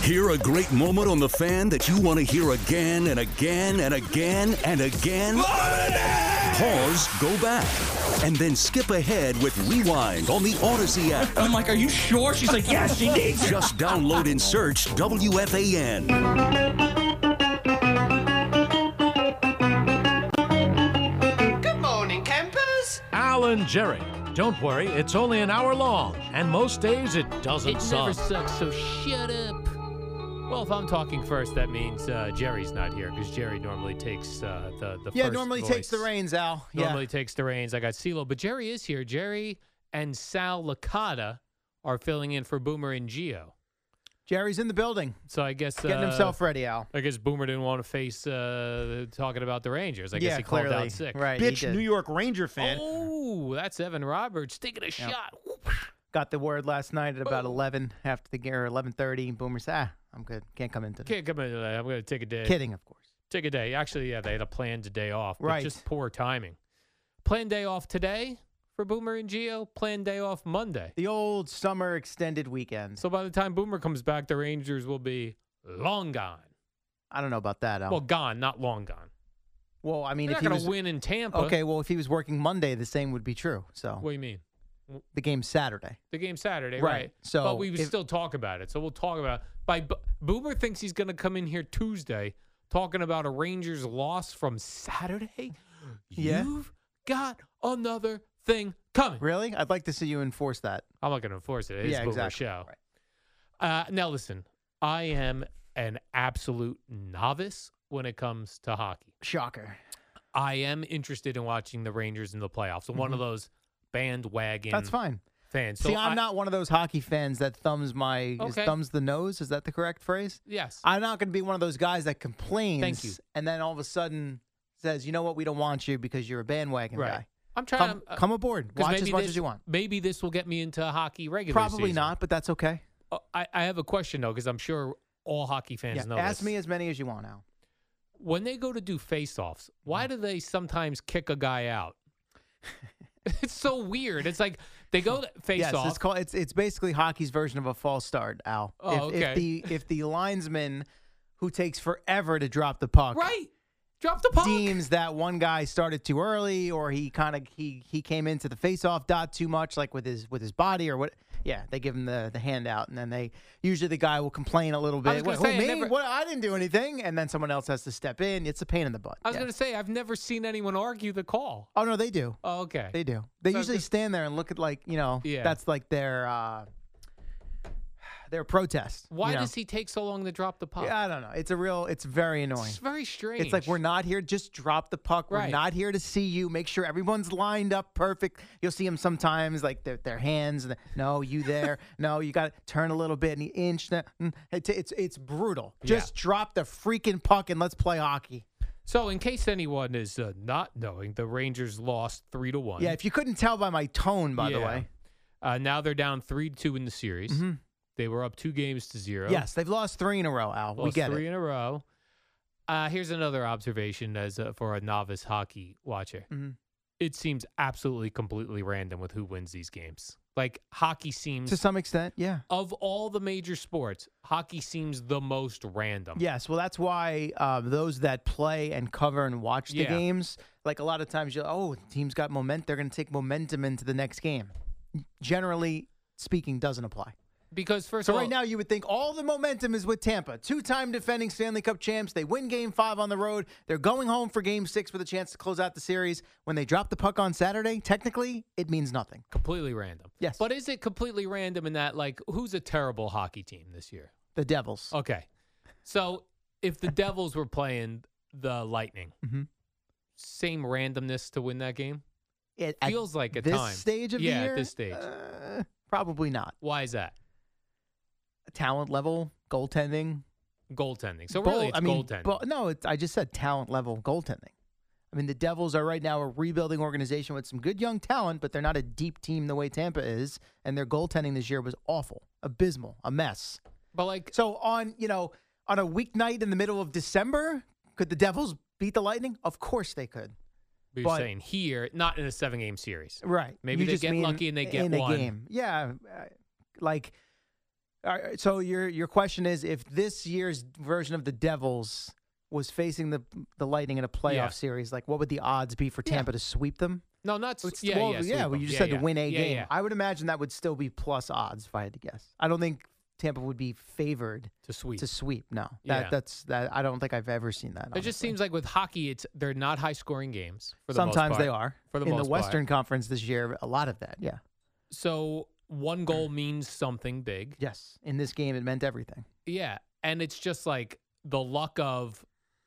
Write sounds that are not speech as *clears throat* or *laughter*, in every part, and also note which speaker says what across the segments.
Speaker 1: Hear a great moment on the fan that you want to hear again and again and again and again? Pause, go back, and then skip ahead with Rewind on the Odyssey app.
Speaker 2: I'm like, are you sure? She's like, yes, she needs it.
Speaker 1: Just download and search WFAN.
Speaker 3: Good morning, campers.
Speaker 4: Alan Jerry. Don't worry, it's only an hour long, and most days it doesn't
Speaker 5: It never
Speaker 4: suck.
Speaker 5: sucks, so shut up. Well, if I'm talking first, that means uh, Jerry's not here because Jerry normally takes uh, the the
Speaker 6: Yeah,
Speaker 5: first
Speaker 6: normally takes the
Speaker 5: voice.
Speaker 6: reins, Al.
Speaker 5: Normally takes the reins. I got CeeLo, but Jerry is here. Jerry and Sal Licata are filling in for Boomer and Geo.
Speaker 6: yeah. Jerry's in the building,
Speaker 5: So I guess
Speaker 6: getting
Speaker 5: uh,
Speaker 6: himself ready, Al.
Speaker 5: I guess Boomer didn't want to face uh, talking about the Rangers. I guess
Speaker 6: yeah,
Speaker 5: he
Speaker 6: clearly.
Speaker 5: called out sick.
Speaker 6: Right, he
Speaker 7: bitch
Speaker 6: did.
Speaker 7: New York Ranger fan.
Speaker 5: Oh, that's Evan Roberts taking a shot.
Speaker 6: Got the word last night at
Speaker 5: Oh.
Speaker 6: about 11 after the game, or 11:30. Boomer said, "Ah, I'm good. Can't come in today."
Speaker 5: Can't come in today. I'm going to take a day.
Speaker 6: Kidding, of course.
Speaker 5: Take a day. Actually, yeah, they had a planned day off. but
Speaker 6: Right.
Speaker 5: Just poor timing. Planned day off today for Boomer and Geo. Planned day off Monday.
Speaker 6: The old summer extended weekend.
Speaker 5: So by the time Boomer comes back, the Rangers will be long gone.
Speaker 6: I don't know about that, Al.
Speaker 5: Well,
Speaker 6: Well,
Speaker 5: gone, not long gone.
Speaker 6: I mean,
Speaker 5: They're not
Speaker 6: if he
Speaker 5: going
Speaker 6: was
Speaker 5: to win in Tampa.
Speaker 6: okay, well, if he was working Monday, the same would be true. So
Speaker 5: What do you mean?
Speaker 6: the game's Saturday.
Speaker 5: The game Saturday, right?
Speaker 6: Right. So
Speaker 5: but we would
Speaker 6: if-
Speaker 5: still talk about it. So we'll talk about by Bo- Boomer thinks he's going to come in here Tuesday talking about a Rangers loss from Saturday.
Speaker 6: Yeah.
Speaker 5: You've got another thing coming.
Speaker 6: Really? I'd like to see you enforce that.
Speaker 5: I'm not going to enforce it. It's
Speaker 6: yeah,
Speaker 5: Boomer
Speaker 6: exactly.
Speaker 5: Show.
Speaker 6: Right.
Speaker 5: Uh, now, listen, I am an absolute novice when it comes to hockey.
Speaker 6: Shocker.
Speaker 5: I am interested in watching the Rangers in the playoffs. I'm one of those bandwagon
Speaker 6: Mm-hmm. That's fine.
Speaker 5: fans. So
Speaker 6: see, I'm
Speaker 5: I-
Speaker 6: not one of those hockey fans that thumbs my is
Speaker 5: Okay.
Speaker 6: thumbs the nose. Is that the correct phrase?
Speaker 5: Yes.
Speaker 6: I'm not going to be one of those guys that complains.
Speaker 5: Thank you.
Speaker 6: And then all of a sudden says, you know what? We don't want you because you're a bandwagon
Speaker 5: right.
Speaker 6: guy.
Speaker 5: I'm trying
Speaker 6: Come,
Speaker 5: to. uh,
Speaker 6: come aboard.
Speaker 5: 'cause
Speaker 6: Watch as
Speaker 5: maybe
Speaker 6: much
Speaker 5: this-
Speaker 6: as you want.
Speaker 5: Maybe this will get me into hockey regular
Speaker 6: Probably
Speaker 5: season.
Speaker 6: not, but that's okay.
Speaker 5: Uh, I, I have a question, though, because I'm sure all hockey fans
Speaker 6: Yeah,
Speaker 5: know
Speaker 6: ask
Speaker 5: this.
Speaker 6: me as many as you want now.
Speaker 5: when they go to do face-offs,
Speaker 6: Mm.
Speaker 5: why do they sometimes kick a guy
Speaker 6: *laughs*
Speaker 5: out? it's so weird. It's like they go to
Speaker 6: Yes,
Speaker 5: face-off.
Speaker 6: it's called. It's it's basically hockey's version of a false start, Al.
Speaker 5: Oh,
Speaker 6: if,
Speaker 5: okay.
Speaker 6: if the
Speaker 5: *laughs*
Speaker 6: if the linesman who takes forever to drop the puck
Speaker 5: Right. Drop the puck.
Speaker 6: deems that one guy started too early or he kind of he he came into the faceoff dot too much like with his with his body or what yeah they give him the the handout and then they usually the guy will complain a little
Speaker 5: I was
Speaker 6: bit
Speaker 5: gonna
Speaker 6: what,
Speaker 5: say, I
Speaker 6: who me
Speaker 5: never-
Speaker 6: what I didn't do anything and then someone else has to step in it's a pain in the butt
Speaker 5: I was
Speaker 6: Yeah.
Speaker 5: going to say, I've never seen anyone argue the call.
Speaker 6: oh no they do
Speaker 5: Oh, okay.
Speaker 6: they do they
Speaker 5: So
Speaker 6: usually
Speaker 5: just-
Speaker 6: stand there and look at like you know
Speaker 5: Yeah.
Speaker 6: that's like their uh their protest you
Speaker 5: Why
Speaker 6: know?
Speaker 5: does he take so long to drop the puck?
Speaker 6: yeah, I don't know it's a real it's very annoying
Speaker 5: it's very strange.
Speaker 6: It's like we're not here. Just drop the puck.
Speaker 5: Right.
Speaker 6: We're not here to see you. Make sure everyone's lined up perfect. You'll see them sometimes, like their, their hands. And the, no,
Speaker 5: *laughs*
Speaker 6: you there. no, you got to turn a little bit and the inch. that- mm. It's it's, it's brutal.
Speaker 5: Yeah.
Speaker 6: Just drop the freaking puck and let's play hockey.
Speaker 5: So, in case anyone is uh, not knowing, the Rangers lost three to one.
Speaker 6: Yeah, if you couldn't tell by my tone, by the
Speaker 5: Yeah.
Speaker 6: way.
Speaker 5: Uh, now they're down three to two in the series. They were up two games to zero.
Speaker 6: Mm-hmm. Yes, they've lost three in a row, Al. we
Speaker 5: Lost
Speaker 6: get
Speaker 5: Oh, three
Speaker 6: it.
Speaker 5: in a row. Uh, here's another observation as uh for a novice hockey watcher.
Speaker 6: Mhm.
Speaker 5: It seems absolutely completely random with who wins these games. Like hockey seems
Speaker 6: To some extent, yeah.
Speaker 5: of all the major sports, hockey seems the most random.
Speaker 6: Yes, well, that's why uh, those that play and cover and watch the
Speaker 5: Yeah.
Speaker 6: games, like a lot of times, you're oh, the team's got momentum. They're going to take momentum into the next game. Generally speaking, doesn't apply.
Speaker 5: because first
Speaker 6: So
Speaker 5: of all,
Speaker 6: right now, you would think all the momentum is with Tampa, two-time defending Stanley Cup champs. They win Game Five on the road. They're going home for Game Six with a chance to close out the series. When they drop the puck on Saturday, technically, it means nothing.
Speaker 5: completely random.
Speaker 6: Yes.
Speaker 5: But is it completely random in that like who's a terrible hockey team this year?
Speaker 6: The Devils.
Speaker 5: Okay. So if the Devils were playing the Lightning,
Speaker 6: Mhm.
Speaker 5: same randomness to win that game?
Speaker 6: It
Speaker 5: feels like a
Speaker 6: this
Speaker 5: time.
Speaker 6: stage of the
Speaker 5: Yeah, at
Speaker 6: year,
Speaker 5: this stage.
Speaker 6: uh, probably not.
Speaker 5: Why is that?
Speaker 6: Talent level, goaltending.
Speaker 5: Goaltending. So
Speaker 6: Bowl-
Speaker 5: really it's
Speaker 6: I mean,
Speaker 5: goaltending.
Speaker 6: bo- no, it's, I just said talent level goaltending. I mean, the Devils are right now a rebuilding organization with some good young talent, but they're not a deep team the way Tampa is, and their goaltending this year was awful, abysmal, a mess.
Speaker 5: but like
Speaker 6: So on, you know, on a weeknight in the middle of December, could the Devils beat the Lightning? Of course they could.
Speaker 5: we
Speaker 6: but-
Speaker 5: were saying here, not in a seven game series.
Speaker 6: Right.
Speaker 5: Maybe they get lucky and they get
Speaker 6: in a
Speaker 5: one.
Speaker 6: game. Yeah, uh, like all right, so your your question is if this year's version of the Devils was facing the the Lightning in a playoff
Speaker 5: Yeah.
Speaker 6: series, like what would the odds be for Tampa to sweep them?
Speaker 5: No, not s-
Speaker 6: It's-
Speaker 5: yeah,
Speaker 6: well,
Speaker 5: yeah,
Speaker 6: yeah,
Speaker 5: sweep
Speaker 6: well,
Speaker 5: 'em.
Speaker 6: you just
Speaker 5: Yeah,
Speaker 6: had
Speaker 5: yeah.
Speaker 6: to win a
Speaker 5: Yeah,
Speaker 6: game.
Speaker 5: yeah.
Speaker 6: I would imagine that would still be plus odds if I had to guess. I don't think Tampa would be favored
Speaker 5: to sweep.
Speaker 6: to sweep. No, that
Speaker 5: Yeah.
Speaker 6: that's that. I don't think I've ever seen that.
Speaker 5: it just
Speaker 6: honestly.
Speaker 5: seems like with hockey, it's they're not high scoring games. For the most
Speaker 6: sometimes they
Speaker 5: part.
Speaker 6: are
Speaker 5: For the
Speaker 6: in
Speaker 5: most
Speaker 6: the
Speaker 5: part.
Speaker 6: Western Conference this year. A lot of that, yeah,
Speaker 5: So one goal means something big.
Speaker 6: yes. In this game, it meant everything.
Speaker 5: Yeah, and it's just like the luck of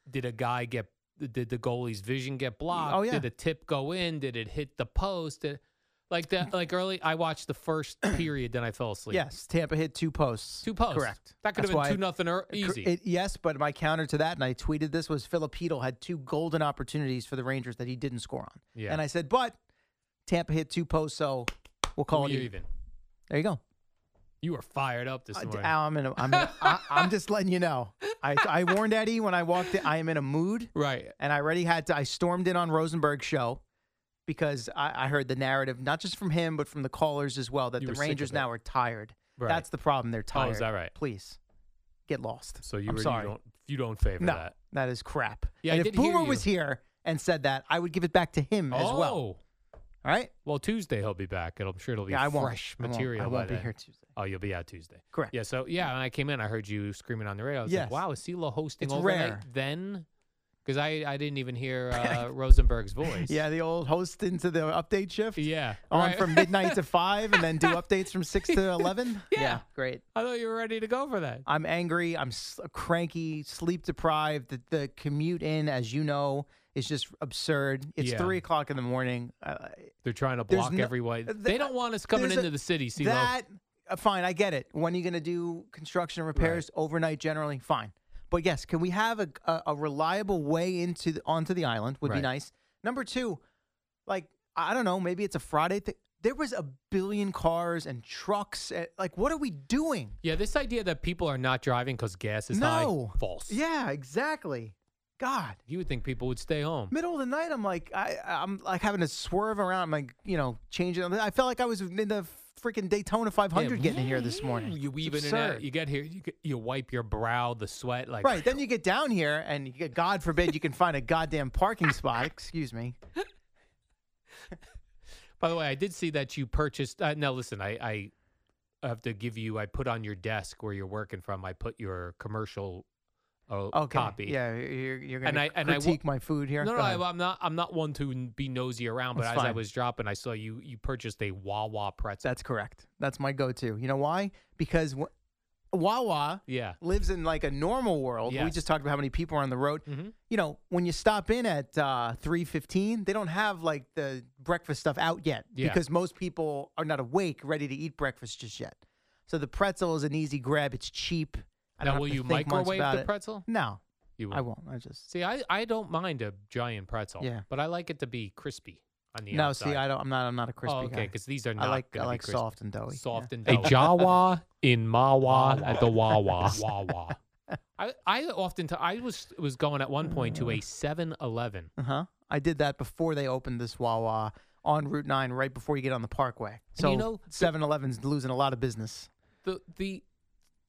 Speaker 5: did a guy get did the goalie's vision get blocked?
Speaker 6: Oh, yeah.
Speaker 5: Did a tip go in? Did it hit the post? Did- like that, like early. I watched the
Speaker 6: *clears throat*
Speaker 5: first period, then I fell asleep.
Speaker 6: Yes, Tampa hit two posts.
Speaker 5: two posts.
Speaker 6: Correct.
Speaker 5: That could
Speaker 6: That's
Speaker 5: have
Speaker 6: why-
Speaker 5: been two nothing or easy.
Speaker 6: It, yes, but my counter to that, and I tweeted this, was Filipino had two golden opportunities for the Rangers that he didn't score on.
Speaker 5: Yeah.
Speaker 6: And I said, but Tampa hit two posts, so we'll call it
Speaker 5: you
Speaker 6: even.
Speaker 5: even.
Speaker 6: There you Uh, go.
Speaker 5: You were fired up this
Speaker 6: I,
Speaker 5: morning.
Speaker 6: am in a, I'm, in a, I, I'm just letting you know. I, I warned Eddie when I walked in, I am in a mood.
Speaker 5: right.
Speaker 6: and I already had to. I stormed in on Rosenberg's show because I, I heard the narrative, not just from him, but from the callers as well, that
Speaker 5: You
Speaker 6: the
Speaker 5: were sick
Speaker 6: Rangers
Speaker 5: of it.
Speaker 6: now are tired.
Speaker 5: Right.
Speaker 6: That's the problem.
Speaker 5: Oh,
Speaker 6: They're tired.
Speaker 5: is that right?
Speaker 6: Please get lost.
Speaker 5: So you
Speaker 6: I'm
Speaker 5: were
Speaker 6: sorry.
Speaker 5: you don't you don't favor
Speaker 6: no,
Speaker 5: that.
Speaker 6: that is crap.
Speaker 5: Yeah, I
Speaker 6: and if
Speaker 5: did hear
Speaker 6: Boomer
Speaker 5: you.
Speaker 6: was here and said that, I would give it back to him as well. All
Speaker 5: Oh.
Speaker 6: right.
Speaker 5: Well, Tuesday he'll be back, and I'm sure it'll be
Speaker 6: Yeah, I won't.
Speaker 5: fresh
Speaker 6: I won't.
Speaker 5: material.
Speaker 6: I
Speaker 5: by
Speaker 6: won't be
Speaker 5: then.
Speaker 6: here Tuesday.
Speaker 5: Oh, you'll be out Tuesday.
Speaker 6: Correct.
Speaker 5: Yeah. So yeah, when I came in, I heard you screaming on the radio. I was
Speaker 6: Yes.
Speaker 5: like, "Wow, is CeeLo hosting
Speaker 6: It's
Speaker 5: overnight
Speaker 6: rare.
Speaker 5: then?" Because I I didn't even
Speaker 6: *laughs*
Speaker 5: hear uh, Rosenberg's voice.
Speaker 6: Yeah, the old host into the update shift.
Speaker 5: Yeah.
Speaker 6: On
Speaker 5: right. *laughs*
Speaker 6: from midnight to five, and then do updates from six to eleven.
Speaker 5: Yeah.
Speaker 6: great.
Speaker 5: I thought you were ready to go for that.
Speaker 6: I'm angry. I'm s- cranky, sleep deprived. The, the commute in, as you know, is just absurd. It's
Speaker 5: Yeah.
Speaker 6: three o'clock in the morning. Uh,
Speaker 5: They're trying to
Speaker 6: there's
Speaker 5: block
Speaker 6: no-
Speaker 5: everyone.
Speaker 6: th-
Speaker 5: they don't want us coming
Speaker 6: there's a-
Speaker 5: into the city, CeeLo.
Speaker 6: that uh, fine. I get it. When are you going to do construction and repairs overnight? Generally, fine. But yes, can we have a a, a reliable way into the, onto the island? Would
Speaker 5: Right.
Speaker 6: be nice. Number two, like I don't know, maybe it's a Friday thing. There was a billion cars and trucks. uh, Like, what are we doing?
Speaker 5: yeah, this idea that people are not driving because gas is
Speaker 6: no,
Speaker 5: high, false.
Speaker 6: Yeah, exactly. God.
Speaker 5: You would think people would stay home.
Speaker 6: middle of the night i'm like i i'm like having to swerve around i'm like you know changing i felt like i was in the freaking daytona 500
Speaker 5: Yeah.
Speaker 6: getting in here this morning
Speaker 5: You
Speaker 6: It's
Speaker 5: weave in and out.
Speaker 6: absurd.
Speaker 5: You get here. You, get- you wipe your brow, the sweat, like
Speaker 6: right then you get down here and you get, god forbid you can find a goddamn parking spot excuse me
Speaker 5: By the way, I did see that you purchased. Uh, now, listen, I, I have to give you. I put on your desk where you're working from. I put your commercial uh,
Speaker 6: okay
Speaker 5: copy.
Speaker 6: yeah you're, you're gonna
Speaker 5: And I- and I wa-
Speaker 6: critique my food here
Speaker 5: No, no,
Speaker 6: Go ahead.
Speaker 5: I, am not. I'm not one to n- be nosy around. But
Speaker 6: That's
Speaker 5: as I
Speaker 6: fine.
Speaker 5: was dropping, I saw you. You purchased a Wawa pretzel.
Speaker 6: that's correct that's my go-to you know why because w- wawa
Speaker 5: yeah,
Speaker 6: lives in like a normal world. We
Speaker 5: Yes. Mm-hmm.
Speaker 6: just talked about how many people are on the road. You know, when you stop in at uh, three fifteen, they don't have like the breakfast stuff out yet
Speaker 5: Yeah.
Speaker 6: because most people are not awake, ready to eat breakfast just yet. So the pretzel is an easy grab. It's cheap. I
Speaker 5: Now,
Speaker 6: don't have
Speaker 5: will
Speaker 6: to
Speaker 5: you
Speaker 6: think much
Speaker 5: microwave
Speaker 6: about
Speaker 5: the
Speaker 6: it.
Speaker 5: pretzel?
Speaker 6: No,
Speaker 5: you.
Speaker 6: I won't. I just
Speaker 5: See, I, I don't mind a giant pretzel.
Speaker 6: Yeah.
Speaker 5: but I like it to be crispy on the
Speaker 6: no.
Speaker 5: outside.
Speaker 6: See, I don't. I'm not. I'm not a crispy
Speaker 5: Oh, okay,
Speaker 6: guy.
Speaker 5: because these are
Speaker 6: I
Speaker 5: not.
Speaker 6: like.
Speaker 5: gonna
Speaker 6: I
Speaker 5: be
Speaker 6: like
Speaker 5: crispy.
Speaker 6: soft and doughy.
Speaker 5: soft
Speaker 6: yeah.
Speaker 5: and doughy. A Jawa in Mawa at the *laughs* Wawa. Wawa. I, I often t- I was was going at one point
Speaker 6: Mm.
Speaker 5: to a 7-Eleven.
Speaker 6: Uh huh. I did that before they opened this Wawa on Route Nine, right before you get on the Parkway. So
Speaker 5: you know, the-
Speaker 6: 7-Eleven's losing a lot of business.
Speaker 5: The, the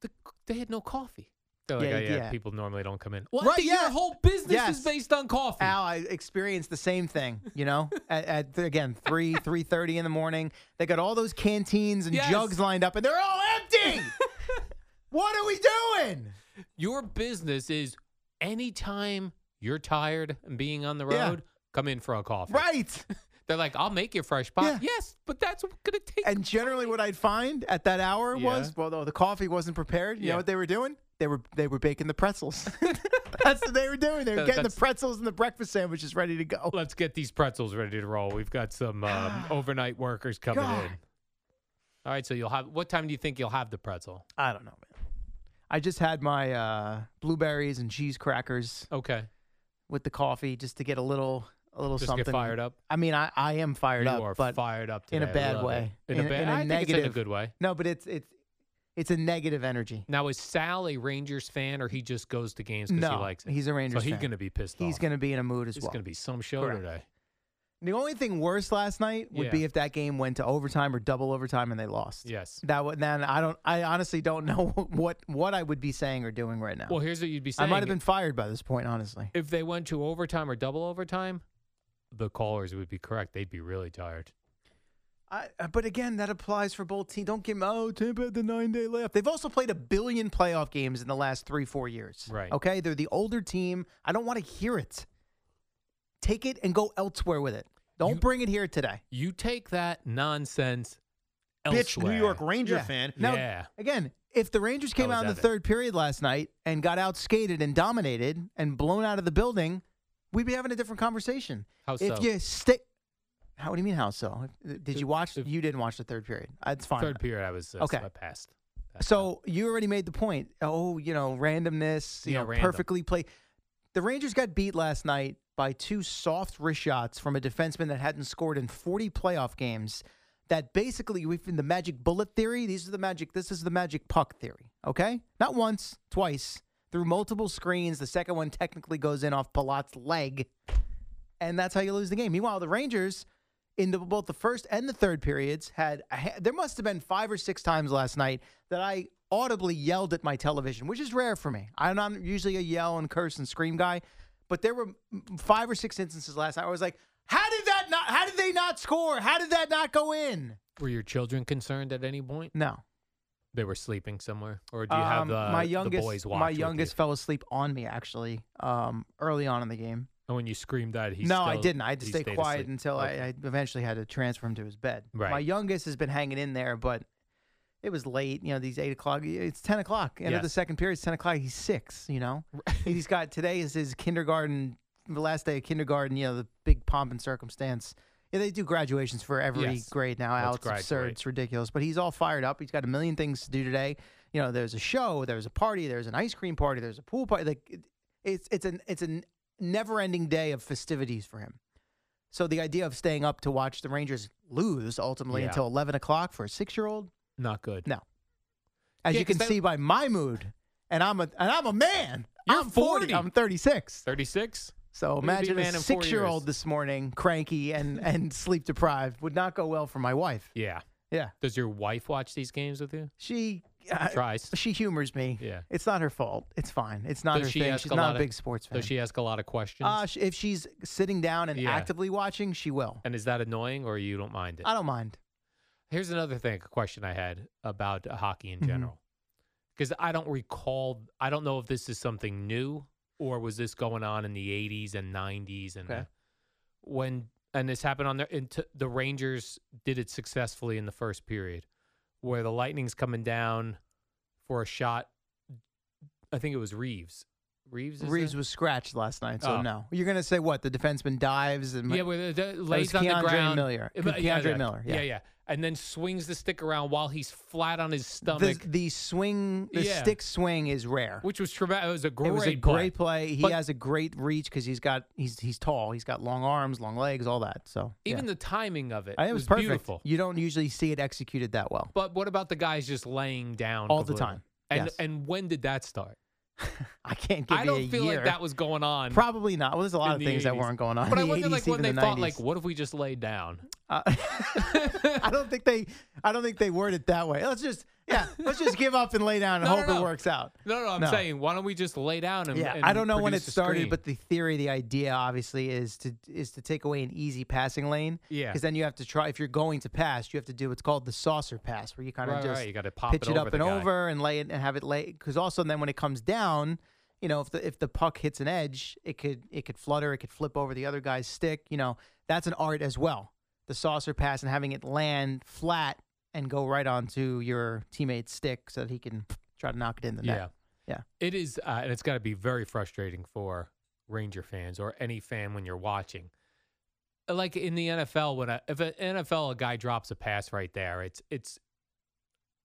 Speaker 5: the they had no coffee. They're like,
Speaker 6: Yeah,
Speaker 5: oh, yeah,
Speaker 6: yeah.
Speaker 5: people normally don't come in. What?
Speaker 6: Right,
Speaker 5: The-
Speaker 6: yeah.
Speaker 5: Your whole business
Speaker 6: Yes.
Speaker 5: is based on coffee.
Speaker 6: Al, I experienced the same thing.
Speaker 5: *laughs*
Speaker 6: You know, at, at th- again three three thirty in the morning, they got all those canteens and
Speaker 5: Yes.
Speaker 6: jugs lined up, and they're all
Speaker 5: *laughs*
Speaker 6: empty. what are we doing?
Speaker 5: Your business is anytime you're tired and being on the road,
Speaker 6: Yeah.
Speaker 5: come in for a coffee.
Speaker 6: Right.
Speaker 5: They're like, I'll make you fresh pie.
Speaker 6: Yeah.
Speaker 5: Yes, but that's what it's going to take.
Speaker 6: And generally, what I'd find at that hour
Speaker 5: Yeah.
Speaker 6: was, well, though the coffee wasn't prepared. You
Speaker 5: Yeah.
Speaker 6: know what they were doing? They were they were baking
Speaker 5: *laughs*
Speaker 6: the pretzels. That's what they were doing. They were
Speaker 5: That-
Speaker 6: getting the
Speaker 5: that's-
Speaker 6: pretzels and the breakfast sandwiches ready to go.
Speaker 5: Let's get these pretzels ready to roll. We've got some um, overnight workers coming in.
Speaker 6: God.
Speaker 5: All right, so you'll have what time do you think you'll have the pretzel?
Speaker 6: I don't know, man. I just had my uh, blueberries and cheese crackers
Speaker 5: Okay,
Speaker 6: with the coffee just to get a little a little
Speaker 5: just
Speaker 6: something.
Speaker 5: get fired up.
Speaker 6: I mean, I, I am fired
Speaker 5: you
Speaker 6: up,
Speaker 5: are
Speaker 6: but
Speaker 5: fired up
Speaker 6: in a
Speaker 5: today. I
Speaker 6: bad
Speaker 5: love
Speaker 6: way.
Speaker 5: it. In,
Speaker 6: In-
Speaker 5: a bad,
Speaker 6: in a
Speaker 5: I think it's in a
Speaker 6: negative-
Speaker 5: good way.
Speaker 6: no, but it's it's it's a negative energy.
Speaker 5: Now is Sal a Rangers fan, or he just goes to games because
Speaker 6: No,
Speaker 5: he likes it?
Speaker 6: he's a Rangers
Speaker 5: So he's
Speaker 6: fan.
Speaker 5: going to be pissed off.
Speaker 6: He's going to be in a mood as
Speaker 5: It's
Speaker 6: well.
Speaker 5: going to be some show
Speaker 6: Correct.
Speaker 5: today.
Speaker 6: The only thing worse last night would be
Speaker 5: Yeah.
Speaker 6: if that game went to overtime or double overtime and they lost.
Speaker 5: Yes.
Speaker 6: That would then I don't I honestly don't *laughs* know what what I would be saying or doing right now.
Speaker 5: Well, here's what you'd be
Speaker 6: I
Speaker 5: saying.
Speaker 6: might have been fired by this point, honestly.
Speaker 5: if they went to overtime or double overtime, the callers would be correct. They'd be really tired.
Speaker 6: I, uh, but again, that applies for both teams. Don't give me oh Tampa had the nine day layoff. They've also played a billion playoff games in the last three four years.
Speaker 5: Right.
Speaker 6: Okay, they're the older team. I don't want to hear it. Take it and go elsewhere with it. Don't
Speaker 5: You-
Speaker 6: bring it here today.
Speaker 5: You take that nonsense
Speaker 7: Bitch,
Speaker 5: elsewhere.
Speaker 7: New York Ranger
Speaker 6: Yeah.
Speaker 7: fan.
Speaker 6: Now,
Speaker 5: Yeah.
Speaker 6: Again, if the Rangers came
Speaker 5: was
Speaker 6: out in the
Speaker 5: evident.
Speaker 6: third period last night and got outskated and dominated and blown out of the building, we'd be having a different conversation.
Speaker 5: How
Speaker 6: if
Speaker 5: so?
Speaker 6: you stay, how what do you mean? How so? Did you watch?
Speaker 5: If-
Speaker 6: you didn't watch the third period. It's fine.
Speaker 5: Third period, I was uh,
Speaker 6: Okay.
Speaker 5: I passed.
Speaker 6: So you already made the point. Oh, you know, randomness. You
Speaker 5: Yeah,
Speaker 6: know,
Speaker 5: random.
Speaker 6: perfectly played. The Rangers got beat last night by two soft wrist shots from a defenseman that hadn't scored in 40 playoff games. That basically, we've been the magic bullet theory. These are the magic. This is the magic puck theory. Okay, not once, twice, through multiple screens. The second one technically goes in off Palat's leg, and that's how you lose the game. Meanwhile, the Rangers in the, both the first and the third periods had a ha- there must have been five or six times last night that I audibly yelled at my television, which is rare for me. I'm not usually a yell and curse and scream guy, but there were mm, five or six instances last night. Where I was like, "How did that not? How did they not score? How did that not go in?"
Speaker 5: Were your children concerned at any point?
Speaker 6: No,
Speaker 5: They were sleeping somewhere, or do you have
Speaker 6: Um,
Speaker 5: the,
Speaker 6: my
Speaker 5: the
Speaker 6: youngest
Speaker 5: boys watch?
Speaker 6: my
Speaker 5: with
Speaker 6: youngest
Speaker 5: you?
Speaker 6: fell asleep on me actually um, early on in the game.
Speaker 5: And when you screamed that, he
Speaker 6: no, I
Speaker 5: still-
Speaker 6: didn't. I had to
Speaker 5: he
Speaker 6: stay
Speaker 5: stayed
Speaker 6: quiet
Speaker 5: asleep.
Speaker 6: until
Speaker 5: Okay.
Speaker 6: I, I eventually had to transfer him to his bed.
Speaker 5: Right.
Speaker 6: My youngest has been hanging in there, but it was late. You know, these eight o'clock. It's ten o'clock. End of the
Speaker 5: Yes.
Speaker 6: second period. It's ten o'clock. He's six. You know, *laughs* he's got today is his kindergarten. The last day of kindergarten. You know, the big pomp and circumstance. Yeah, they do graduations for every
Speaker 5: Yes.
Speaker 6: grade now.
Speaker 5: Let's
Speaker 6: Al, it's absurd.
Speaker 5: graduate.
Speaker 6: It's ridiculous. But he's all fired up. He's got a million things to do today. You know, there's a show. There's a party. There's an ice cream party. There's a pool party. Like it- it's it's an it's a never-ending day of festivities for him. So the idea of staying up to watch the Rangers lose ultimately
Speaker 5: Yeah.
Speaker 6: until eleven o'clock for a six-year-old,
Speaker 5: not good.
Speaker 6: no. As
Speaker 5: Yeah,
Speaker 6: you can
Speaker 5: 'cause that-
Speaker 6: see by my mood, and I'm a and I'm a man.
Speaker 5: You're
Speaker 6: I'm 40.
Speaker 5: 40.
Speaker 6: I'm 36.
Speaker 5: Thirty-six.
Speaker 6: So
Speaker 5: You'll be a
Speaker 6: imagine
Speaker 5: man
Speaker 6: a
Speaker 5: in four
Speaker 6: six-year-old
Speaker 5: years.
Speaker 6: this morning, cranky and *laughs* and sleep deprived, would not go well for my wife.
Speaker 5: Yeah.
Speaker 6: Yeah,
Speaker 5: Does your wife watch these games with you?
Speaker 6: she uh,
Speaker 5: Tries.
Speaker 6: She humors me.
Speaker 5: Yeah.
Speaker 6: it's not her fault. It's fine. It's *laughs* not
Speaker 5: Does
Speaker 6: her
Speaker 5: she
Speaker 6: thing.
Speaker 5: ask
Speaker 6: She's
Speaker 5: a
Speaker 6: not
Speaker 5: lot
Speaker 6: a
Speaker 5: of-
Speaker 6: big sports fan.
Speaker 5: Does she ask a lot of questions?
Speaker 6: Uh, sh- if she's sitting down and
Speaker 5: Yeah.
Speaker 6: actively watching, she will.
Speaker 5: and is that annoying, or you don't mind it?
Speaker 6: I don't mind.
Speaker 5: Here's another thing, a question I had about uh, hockey in
Speaker 6: Mhm.
Speaker 5: general. Because I don't recall, I don't know if this is something new or was this going on in the 80s and 90s and
Speaker 6: Okay.
Speaker 5: uh, when, and this happened on the, and t- the Rangers did it successfully in the first period where the Lightning's coming down for a shot. I think it was Reeves. Reeves is
Speaker 6: Reeves
Speaker 5: the-
Speaker 6: was scratched last night, so
Speaker 5: Oh.
Speaker 6: no. You're gonna say what? The defenseman dives and
Speaker 5: yeah, where the, the lays on
Speaker 6: Keandre
Speaker 5: the ground.
Speaker 6: Miller.
Speaker 5: Uh, but-
Speaker 6: Keandre Miller, yeah.
Speaker 5: yeah, yeah, and then swings the stick around while he's flat on his
Speaker 6: the,
Speaker 5: stomach.
Speaker 6: the swing, the
Speaker 5: Yeah.
Speaker 6: stick swing is rare.
Speaker 5: which was traumatic. It was a great,
Speaker 6: it was
Speaker 5: play.
Speaker 6: a great play. He
Speaker 5: But
Speaker 6: has a great reach because he's got he's he's tall. He's got long arms, long legs, all that. So
Speaker 5: even
Speaker 6: yeah.
Speaker 5: the timing of it,
Speaker 6: I- it was, perfect.
Speaker 5: beautiful.
Speaker 6: You don't usually see it executed that well.
Speaker 5: But what about the guys just laying down
Speaker 6: All the
Speaker 5: completely?
Speaker 6: time.
Speaker 5: And
Speaker 6: Yes.
Speaker 5: and when did that start?
Speaker 6: I can't give
Speaker 5: I
Speaker 6: you a
Speaker 5: don't feel
Speaker 6: year.
Speaker 5: like that was going on.
Speaker 6: Probably not. Well, there's a lot
Speaker 5: in
Speaker 6: of
Speaker 5: the
Speaker 6: things that
Speaker 5: 80s.
Speaker 6: weren't going on.
Speaker 5: But
Speaker 6: in
Speaker 5: I
Speaker 6: the
Speaker 5: wonder,
Speaker 6: 80s,
Speaker 5: like when
Speaker 6: even
Speaker 5: they
Speaker 6: the
Speaker 5: thought,
Speaker 6: 90s.
Speaker 5: like, what if we just lay down? *laughs*
Speaker 6: Uh, I don't think they. I don't think they word it that way. Let's just yeah. Let's just give up and lay down and
Speaker 5: No, no,
Speaker 6: hope it
Speaker 5: no.
Speaker 6: works out.
Speaker 5: No, no, I'm saying, why don't we just lay down and
Speaker 6: Yeah,
Speaker 5: and
Speaker 6: I don't know when it
Speaker 5: produce a
Speaker 6: started,
Speaker 5: screen?
Speaker 6: but the theory, the idea, obviously, is to is to take away an easy passing lane.
Speaker 5: Yeah.
Speaker 6: because then you have to try. If you're going to pass, you have to do what's called the saucer pass, where you kind of
Speaker 5: Right, right,
Speaker 6: just
Speaker 5: you gotta pop
Speaker 6: pitch
Speaker 5: it
Speaker 6: it,
Speaker 5: over
Speaker 6: up
Speaker 5: the
Speaker 6: and
Speaker 5: guy.
Speaker 6: over and lay it and have it lay. Because also then when it comes down, you know, if the if the puck hits an edge, it could it could flutter, it could flip over the other guy's stick. You know, that's an art as well. The saucer pass and having it land flat and go right onto your teammate's stick so that he can try to knock it in the net.
Speaker 5: yeah,
Speaker 6: Yeah.
Speaker 5: it is, uh, and it's got to be very frustrating for Ranger fans or any fan when you're watching. Like in the NFL, when a, if an NFL a guy drops a pass right there, it's it's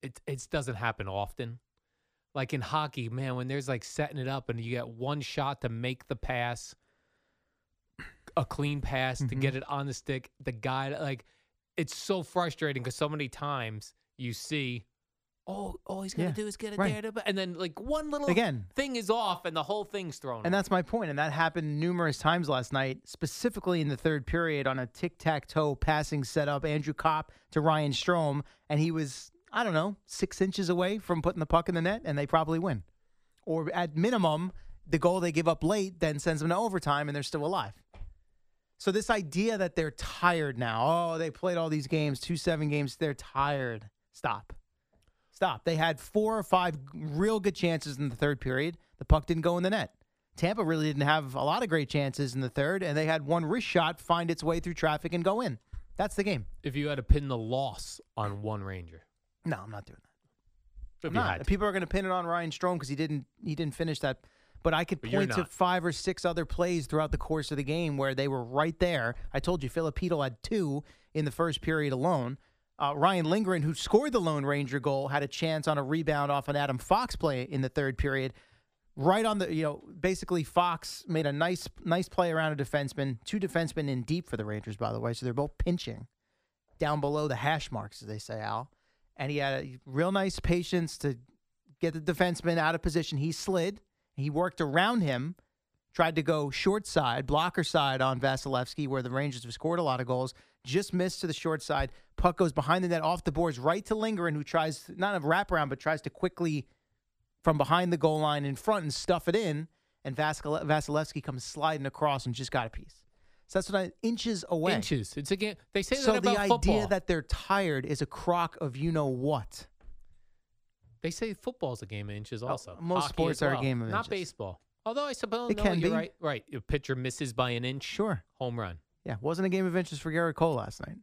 Speaker 5: it it doesn't happen often. Like in hockey, man, when there's like setting it up and you get one shot to make the pass, a clean pass
Speaker 6: Mm-hmm.
Speaker 5: to get it on the stick, the guy like it's so frustrating because so many times you see, oh, all he's gonna
Speaker 6: Yeah,
Speaker 5: do is get it
Speaker 6: right.
Speaker 5: there, to- and then like one little
Speaker 6: Again.
Speaker 5: thing is off and the whole thing's thrown.
Speaker 6: And
Speaker 5: away.
Speaker 6: that's my point, And that happened numerous times last night, specifically in the third period on a tic tac toe passing setup, Andrew Kopp to Ryan Strom. And he was, I don't know, six inches away from putting the puck in the net, and they probably win. Or at minimum, the goal they give up late then sends them to overtime, and they're still alive. So this idea that they're tired now, oh, they played all these games, two seven games, they're tired. Stop. Stop. They had four or five real good chances in the third period. The puck didn't go in the net. Tampa really didn't have a lot of great chances in the third, and they had one wrist shot find its way through traffic and go in. That's the game.
Speaker 5: if you had to pin the loss on one Ranger,
Speaker 6: No, I'm not doing that.
Speaker 5: if
Speaker 6: I'm
Speaker 5: you
Speaker 6: not.
Speaker 5: had to.
Speaker 6: People are going to pin it on Ryan Strom because he didn't he didn't finish that. But I could
Speaker 5: But you're
Speaker 6: point to
Speaker 5: not.
Speaker 6: five or six other plays throughout the course of the game where they were right there. I told you Filipino had two in the first period alone. Uh, Ryan Lindgren, who scored the Lone Ranger goal, had a chance on a rebound off an Adam Fox play in the third period. Right on the, you know, basically Fox made a nice, nice play around a defenseman. Two defensemen in deep for the Rangers, by the way, so they're both pinching down below the hash marks, as they say, Al. And he had a real nice patience to get the defenseman out of position. He slid. He worked around him, tried to go short side, blocker side on Vasilevsky, where the Rangers have scored a lot of goals. Just missed to the short side. Puck goes behind the net, off the boards, right to Lindgren, who tries not a wraparound, but tries to quickly from behind the goal line in front and stuff it in. And Vasil- Vasilevsky comes sliding across and just got a piece. So that's what I inches away
Speaker 5: inches. It's again. They say
Speaker 6: so
Speaker 5: that
Speaker 6: the
Speaker 5: about
Speaker 6: idea
Speaker 5: football.
Speaker 6: that they're tired is a crock of you know what.
Speaker 5: they say football's a game of inches. Also,
Speaker 6: Oh, most
Speaker 5: Hockey as
Speaker 6: sports are a
Speaker 5: well.
Speaker 6: game of
Speaker 5: not
Speaker 6: inches.
Speaker 5: baseball. Although I suppose
Speaker 6: It
Speaker 5: no,
Speaker 6: can
Speaker 5: you're
Speaker 6: be.
Speaker 5: right. Right, your pitcher misses by an inch.
Speaker 6: Sure.
Speaker 5: home run.
Speaker 6: Yeah, wasn't a game of inches for Garrett Cole last night.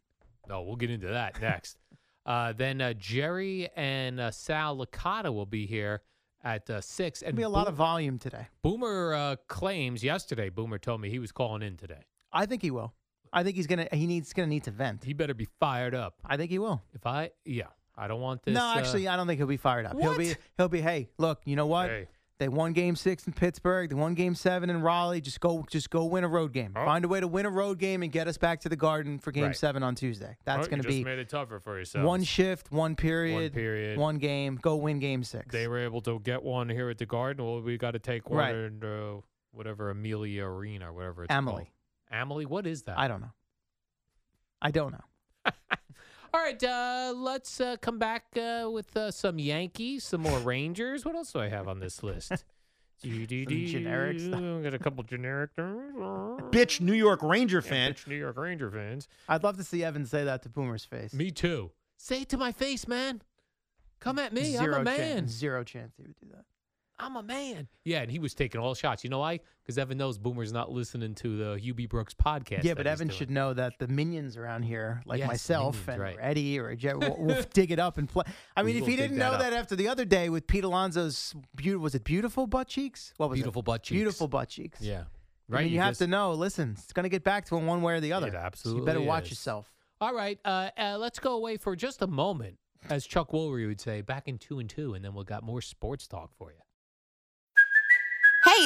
Speaker 5: No, we'll get into
Speaker 6: *laughs*
Speaker 5: that next. uh, then uh, Jerry and uh, Sal Licata will be here at uh, six. And
Speaker 6: It'd be a lot
Speaker 5: Bo-
Speaker 6: of volume today.
Speaker 5: Boomer uh, claims yesterday. Boomer told me he was calling in today.
Speaker 6: I think he will. I think he's gonna. He needs gonna need to vent.
Speaker 5: He better be fired up.
Speaker 6: I think he will.
Speaker 5: If I, yeah, I don't want this. uh,
Speaker 6: no, actually, I don't think he'll be fired up. He'll be.
Speaker 5: What?
Speaker 6: He'll be. Hey, look, you know what?
Speaker 5: Hey.
Speaker 6: They won Game Six in Pittsburgh. They won Game Seven in Raleigh. Just go. Just go win a road game. Find a way to win a road game and get us back to the Garden for Game
Speaker 5: Oh. Right.
Speaker 6: Seven on Tuesday. That's gonna be
Speaker 5: it tougher for yourself.
Speaker 6: one shift, one period,
Speaker 5: period.
Speaker 6: one game. Go win Game Six.
Speaker 5: they were able to get one here at the Garden. Well, we got to take one
Speaker 6: Right.
Speaker 5: in uh, whatever Amelia Arena or whatever it's
Speaker 6: Amalie.
Speaker 5: called. Amalie, what is that?
Speaker 6: I don't know. I don't know.
Speaker 5: All right, uh, let's uh, come back uh, with uh, some Yankees, some more Rangers. What else do I have on this
Speaker 6: *laughs*
Speaker 5: list?
Speaker 6: generic stuff.
Speaker 5: I got a couple generic. Bitch,
Speaker 7: Bitch, New York Ranger fan.
Speaker 5: bitch, New York Ranger fans.
Speaker 6: I'd love to see Evan say that to Boomer's face.
Speaker 5: Me too. Say it to my face, man. Come at me. i I'm a man.
Speaker 6: Chance, zero chance he would do that.
Speaker 5: I'm a man. Yeah, and he was taking all shots. You know why? Because Evan knows Boomer's not listening to the UB Brooks podcast.
Speaker 6: yeah, but
Speaker 5: that he's
Speaker 6: Evan
Speaker 5: doing.
Speaker 6: should know that the minions around here, like
Speaker 5: Yes,
Speaker 6: myself
Speaker 5: minions,
Speaker 6: and
Speaker 5: right.
Speaker 6: Eddie or
Speaker 5: *laughs*
Speaker 6: Jet, will, will dig it up and play. I
Speaker 5: We
Speaker 6: mean, if
Speaker 5: will
Speaker 6: he
Speaker 5: dig
Speaker 6: didn't
Speaker 5: that
Speaker 6: know
Speaker 5: up.
Speaker 6: that after the other day with Pete Alonso's beautiful, was it beautiful butt cheeks? What was it?
Speaker 5: Beautiful butt cheeks.
Speaker 6: Beautiful butt cheeks.
Speaker 5: Yeah.
Speaker 6: I mean, you, have
Speaker 5: just-
Speaker 6: to know. Listen, it's going to get back to him one way or the other.
Speaker 5: It
Speaker 6: So you better
Speaker 5: absolutely
Speaker 6: watch
Speaker 5: is.
Speaker 6: yourself.
Speaker 5: All right, uh, uh, let's go away for just a moment, as Chuck Woolery would say, back in two and two, and then we've got more sports talk for you.
Speaker 8: Hey,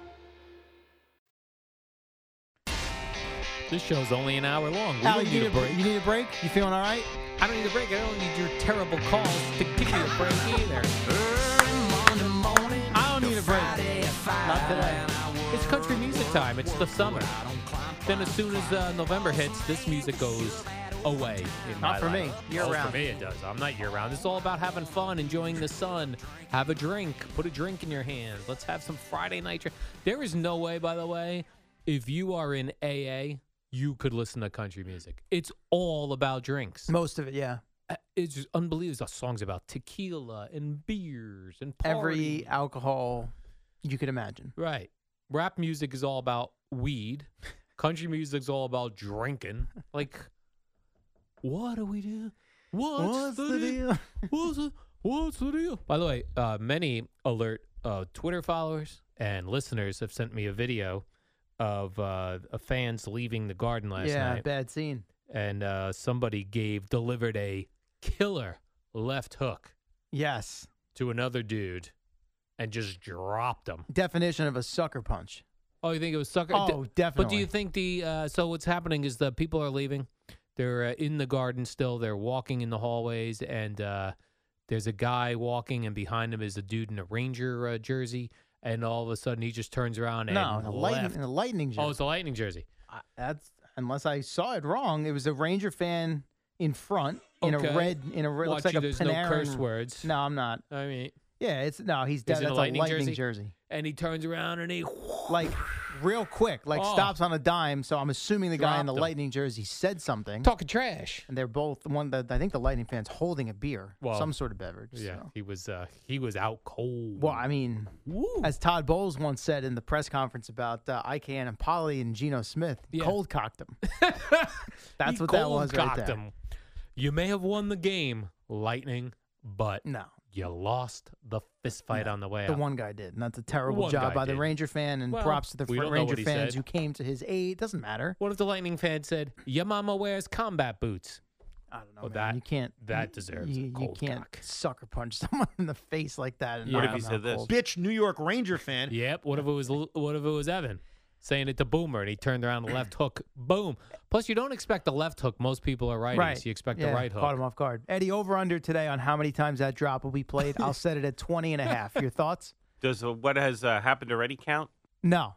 Speaker 5: This show's only an hour long. We
Speaker 6: Al,
Speaker 5: don't
Speaker 6: you
Speaker 5: need a break.
Speaker 6: You need a break? You feeling all right?
Speaker 5: I don't need a break. I don't need your terrible calls to give me a break either.
Speaker 6: I don't need a break. Not today.
Speaker 5: It's country music time. It's the summer. Then as soon as uh, November hits, this music goes away. In
Speaker 6: Not
Speaker 5: my
Speaker 6: for me.
Speaker 5: life.
Speaker 6: Year
Speaker 5: oh,
Speaker 6: round.
Speaker 5: For me, it does. I'm not year round. It's all about having fun, enjoying the sun. Have a drink. Put a drink in your hand. Let's have some Friday night drink. There is no way, by the way, if you are in AA, you could listen to country music. It's all about drinks.
Speaker 6: Most of it, yeah.
Speaker 5: Uh, It's just unbelievable. There's songs about tequila and beers and parties.
Speaker 6: Every alcohol you could imagine.
Speaker 5: Right. Rap music is all about *laughs* weed. Country music's all about drinking. Like, what do we do? What's, the, deal? *laughs* What's the, what's the deal? By the way, uh, many alert uh, Twitter followers and listeners have sent me a video of uh, a fans leaving the garden last
Speaker 6: yeah,
Speaker 5: night,
Speaker 6: bad scene.
Speaker 5: and uh, somebody gave delivered a killer left hook
Speaker 6: Yes.
Speaker 5: to another dude, and just dropped him.
Speaker 6: Definition of a sucker punch.
Speaker 5: Oh, you think it was sucker?
Speaker 6: Oh,
Speaker 5: But do
Speaker 6: definitely.
Speaker 5: you think the uh, so what's happening is the people are leaving. They're uh, in the garden still. They're walking in the hallways, and uh, there's a guy walking, and behind him is a dude in a Ranger uh, jersey. And all of a sudden, he just turns around and
Speaker 6: No, in a lightning,
Speaker 5: left.
Speaker 6: in a lightning jersey.
Speaker 5: Oh, it's a Lightning jersey.
Speaker 6: I- that's unless I saw it wrong. It was a Ranger fan in front in
Speaker 5: Okay.
Speaker 6: a red in a red.
Speaker 5: Watch
Speaker 6: looks like
Speaker 5: you,
Speaker 6: a
Speaker 5: there's no
Speaker 6: Panarin.
Speaker 5: curse words.
Speaker 6: No, I'm not.
Speaker 5: I mean,
Speaker 6: Yeah, it's no. He's
Speaker 5: it
Speaker 6: dead.
Speaker 5: a
Speaker 6: That's
Speaker 5: Lightning
Speaker 6: a lightning
Speaker 5: jersey?
Speaker 6: jersey?
Speaker 5: and he turns around and he.
Speaker 6: Like real quick, like
Speaker 5: Oh.
Speaker 6: stops on a dime. So I'm assuming the guy in the
Speaker 5: Dropped him.
Speaker 6: lightning jersey said something.
Speaker 5: Talking trash.
Speaker 6: And they're both one. That I think the lightning fan's holding a beer,
Speaker 5: Well,
Speaker 6: some sort of beverage.
Speaker 5: Yeah,
Speaker 6: so.
Speaker 5: he was uh, he was out cold.
Speaker 6: Well, I mean,
Speaker 5: Woo.
Speaker 6: as Todd Bowles once said in the press conference about uh, ICANN and Polly and Geno Smith,
Speaker 5: Yeah.
Speaker 6: cold
Speaker 5: *laughs*
Speaker 6: cocked him. That's
Speaker 5: He
Speaker 6: what that was right
Speaker 5: cold-cocked
Speaker 6: there.
Speaker 5: him. You may have won the game, Lightning, but
Speaker 6: No,
Speaker 5: you lost the fist fight on the way
Speaker 6: the
Speaker 5: out.
Speaker 6: one guy did, and that's a terrible
Speaker 5: One
Speaker 6: job
Speaker 5: guy
Speaker 6: by the
Speaker 5: did.
Speaker 6: Ranger fan. And
Speaker 5: Well,
Speaker 6: props to the
Speaker 5: we
Speaker 6: fr-
Speaker 5: don't know
Speaker 6: Ranger
Speaker 5: what he said.
Speaker 6: fans who came to his aid. Doesn't matter.
Speaker 5: What if the Lightning fan said, "Your mama wears combat boots"?
Speaker 6: I don't know.
Speaker 5: Well,
Speaker 6: man.
Speaker 5: that-
Speaker 6: you can't.
Speaker 5: that
Speaker 6: you-
Speaker 5: deserves a
Speaker 6: You,
Speaker 5: cold
Speaker 6: you can't
Speaker 5: cock.
Speaker 6: sucker punch *laughs* someone in the face like that. And
Speaker 5: What
Speaker 6: knock
Speaker 5: if he
Speaker 6: them
Speaker 9: said
Speaker 6: out
Speaker 9: this?
Speaker 6: cold.
Speaker 9: Bitch, New York Ranger fan.
Speaker 5: Yep. What if it was L- What if it was Evan saying it to Boomer and he turned around a left hook? Boom. Plus, you don't expect the left hook. Most people are righties.
Speaker 6: Right.
Speaker 5: You expect
Speaker 6: yeah,
Speaker 5: the right
Speaker 6: Caught him
Speaker 5: hook.
Speaker 6: off guard. Eddie, over under today on how many times that drop will be
Speaker 5: *laughs*
Speaker 6: played. I'll set it at 20 and a half. Your thoughts?
Speaker 9: Does uh, what has uh, happened already count?
Speaker 6: No.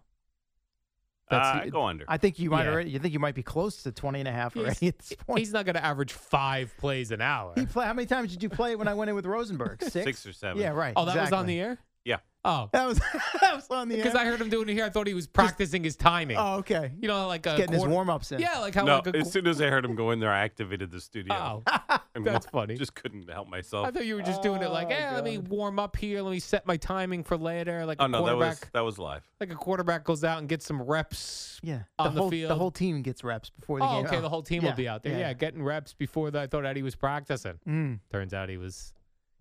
Speaker 9: Uh,
Speaker 5: That's-
Speaker 9: go under.
Speaker 6: I think you might
Speaker 5: Yeah.
Speaker 6: already, you think you might be close to 20 and a half
Speaker 5: He's-
Speaker 6: already *laughs* at this point.
Speaker 5: He's not going to average five plays an hour.
Speaker 6: *laughs* He play, how many times did you play when I went in
Speaker 9: *laughs*
Speaker 6: with Rosenberg? Six?
Speaker 9: Six or seven.
Speaker 6: Yeah, right.
Speaker 5: Oh, that was on
Speaker 6: exactly.
Speaker 5: the air.
Speaker 9: Yeah.
Speaker 5: Oh,
Speaker 6: *laughs* That was, *laughs* that was on the air.
Speaker 5: because I heard him doing it here. I thought he was practicing his timing.
Speaker 6: Oh, okay.
Speaker 5: You know, like a
Speaker 6: getting his
Speaker 5: quarter-
Speaker 6: warm-ups in.
Speaker 5: Yeah, like how
Speaker 9: no,
Speaker 5: like a
Speaker 9: as soon as I heard him go in there, I activated the studio.
Speaker 5: Oh,
Speaker 6: *laughs*
Speaker 9: and
Speaker 5: *laughs* that's
Speaker 9: wa-
Speaker 5: funny.
Speaker 9: Just couldn't help myself.
Speaker 5: I thought you were just doing it like,
Speaker 6: Oh,
Speaker 5: yeah, let me warm up here, let me set my timing for later. Like
Speaker 9: oh
Speaker 5: a
Speaker 9: no, that
Speaker 5: quarterback,
Speaker 9: was that was live.
Speaker 5: like a quarterback goes out and gets some reps.
Speaker 6: yeah.
Speaker 5: on the
Speaker 6: whole,
Speaker 5: field.
Speaker 6: whole team gets reps before the
Speaker 5: Oh,
Speaker 6: game.
Speaker 5: okay, the whole team
Speaker 6: yeah,
Speaker 5: will be out there. Yeah, getting reps before that. I thought Eddie was practicing.
Speaker 6: Mm.
Speaker 5: Turns out he was.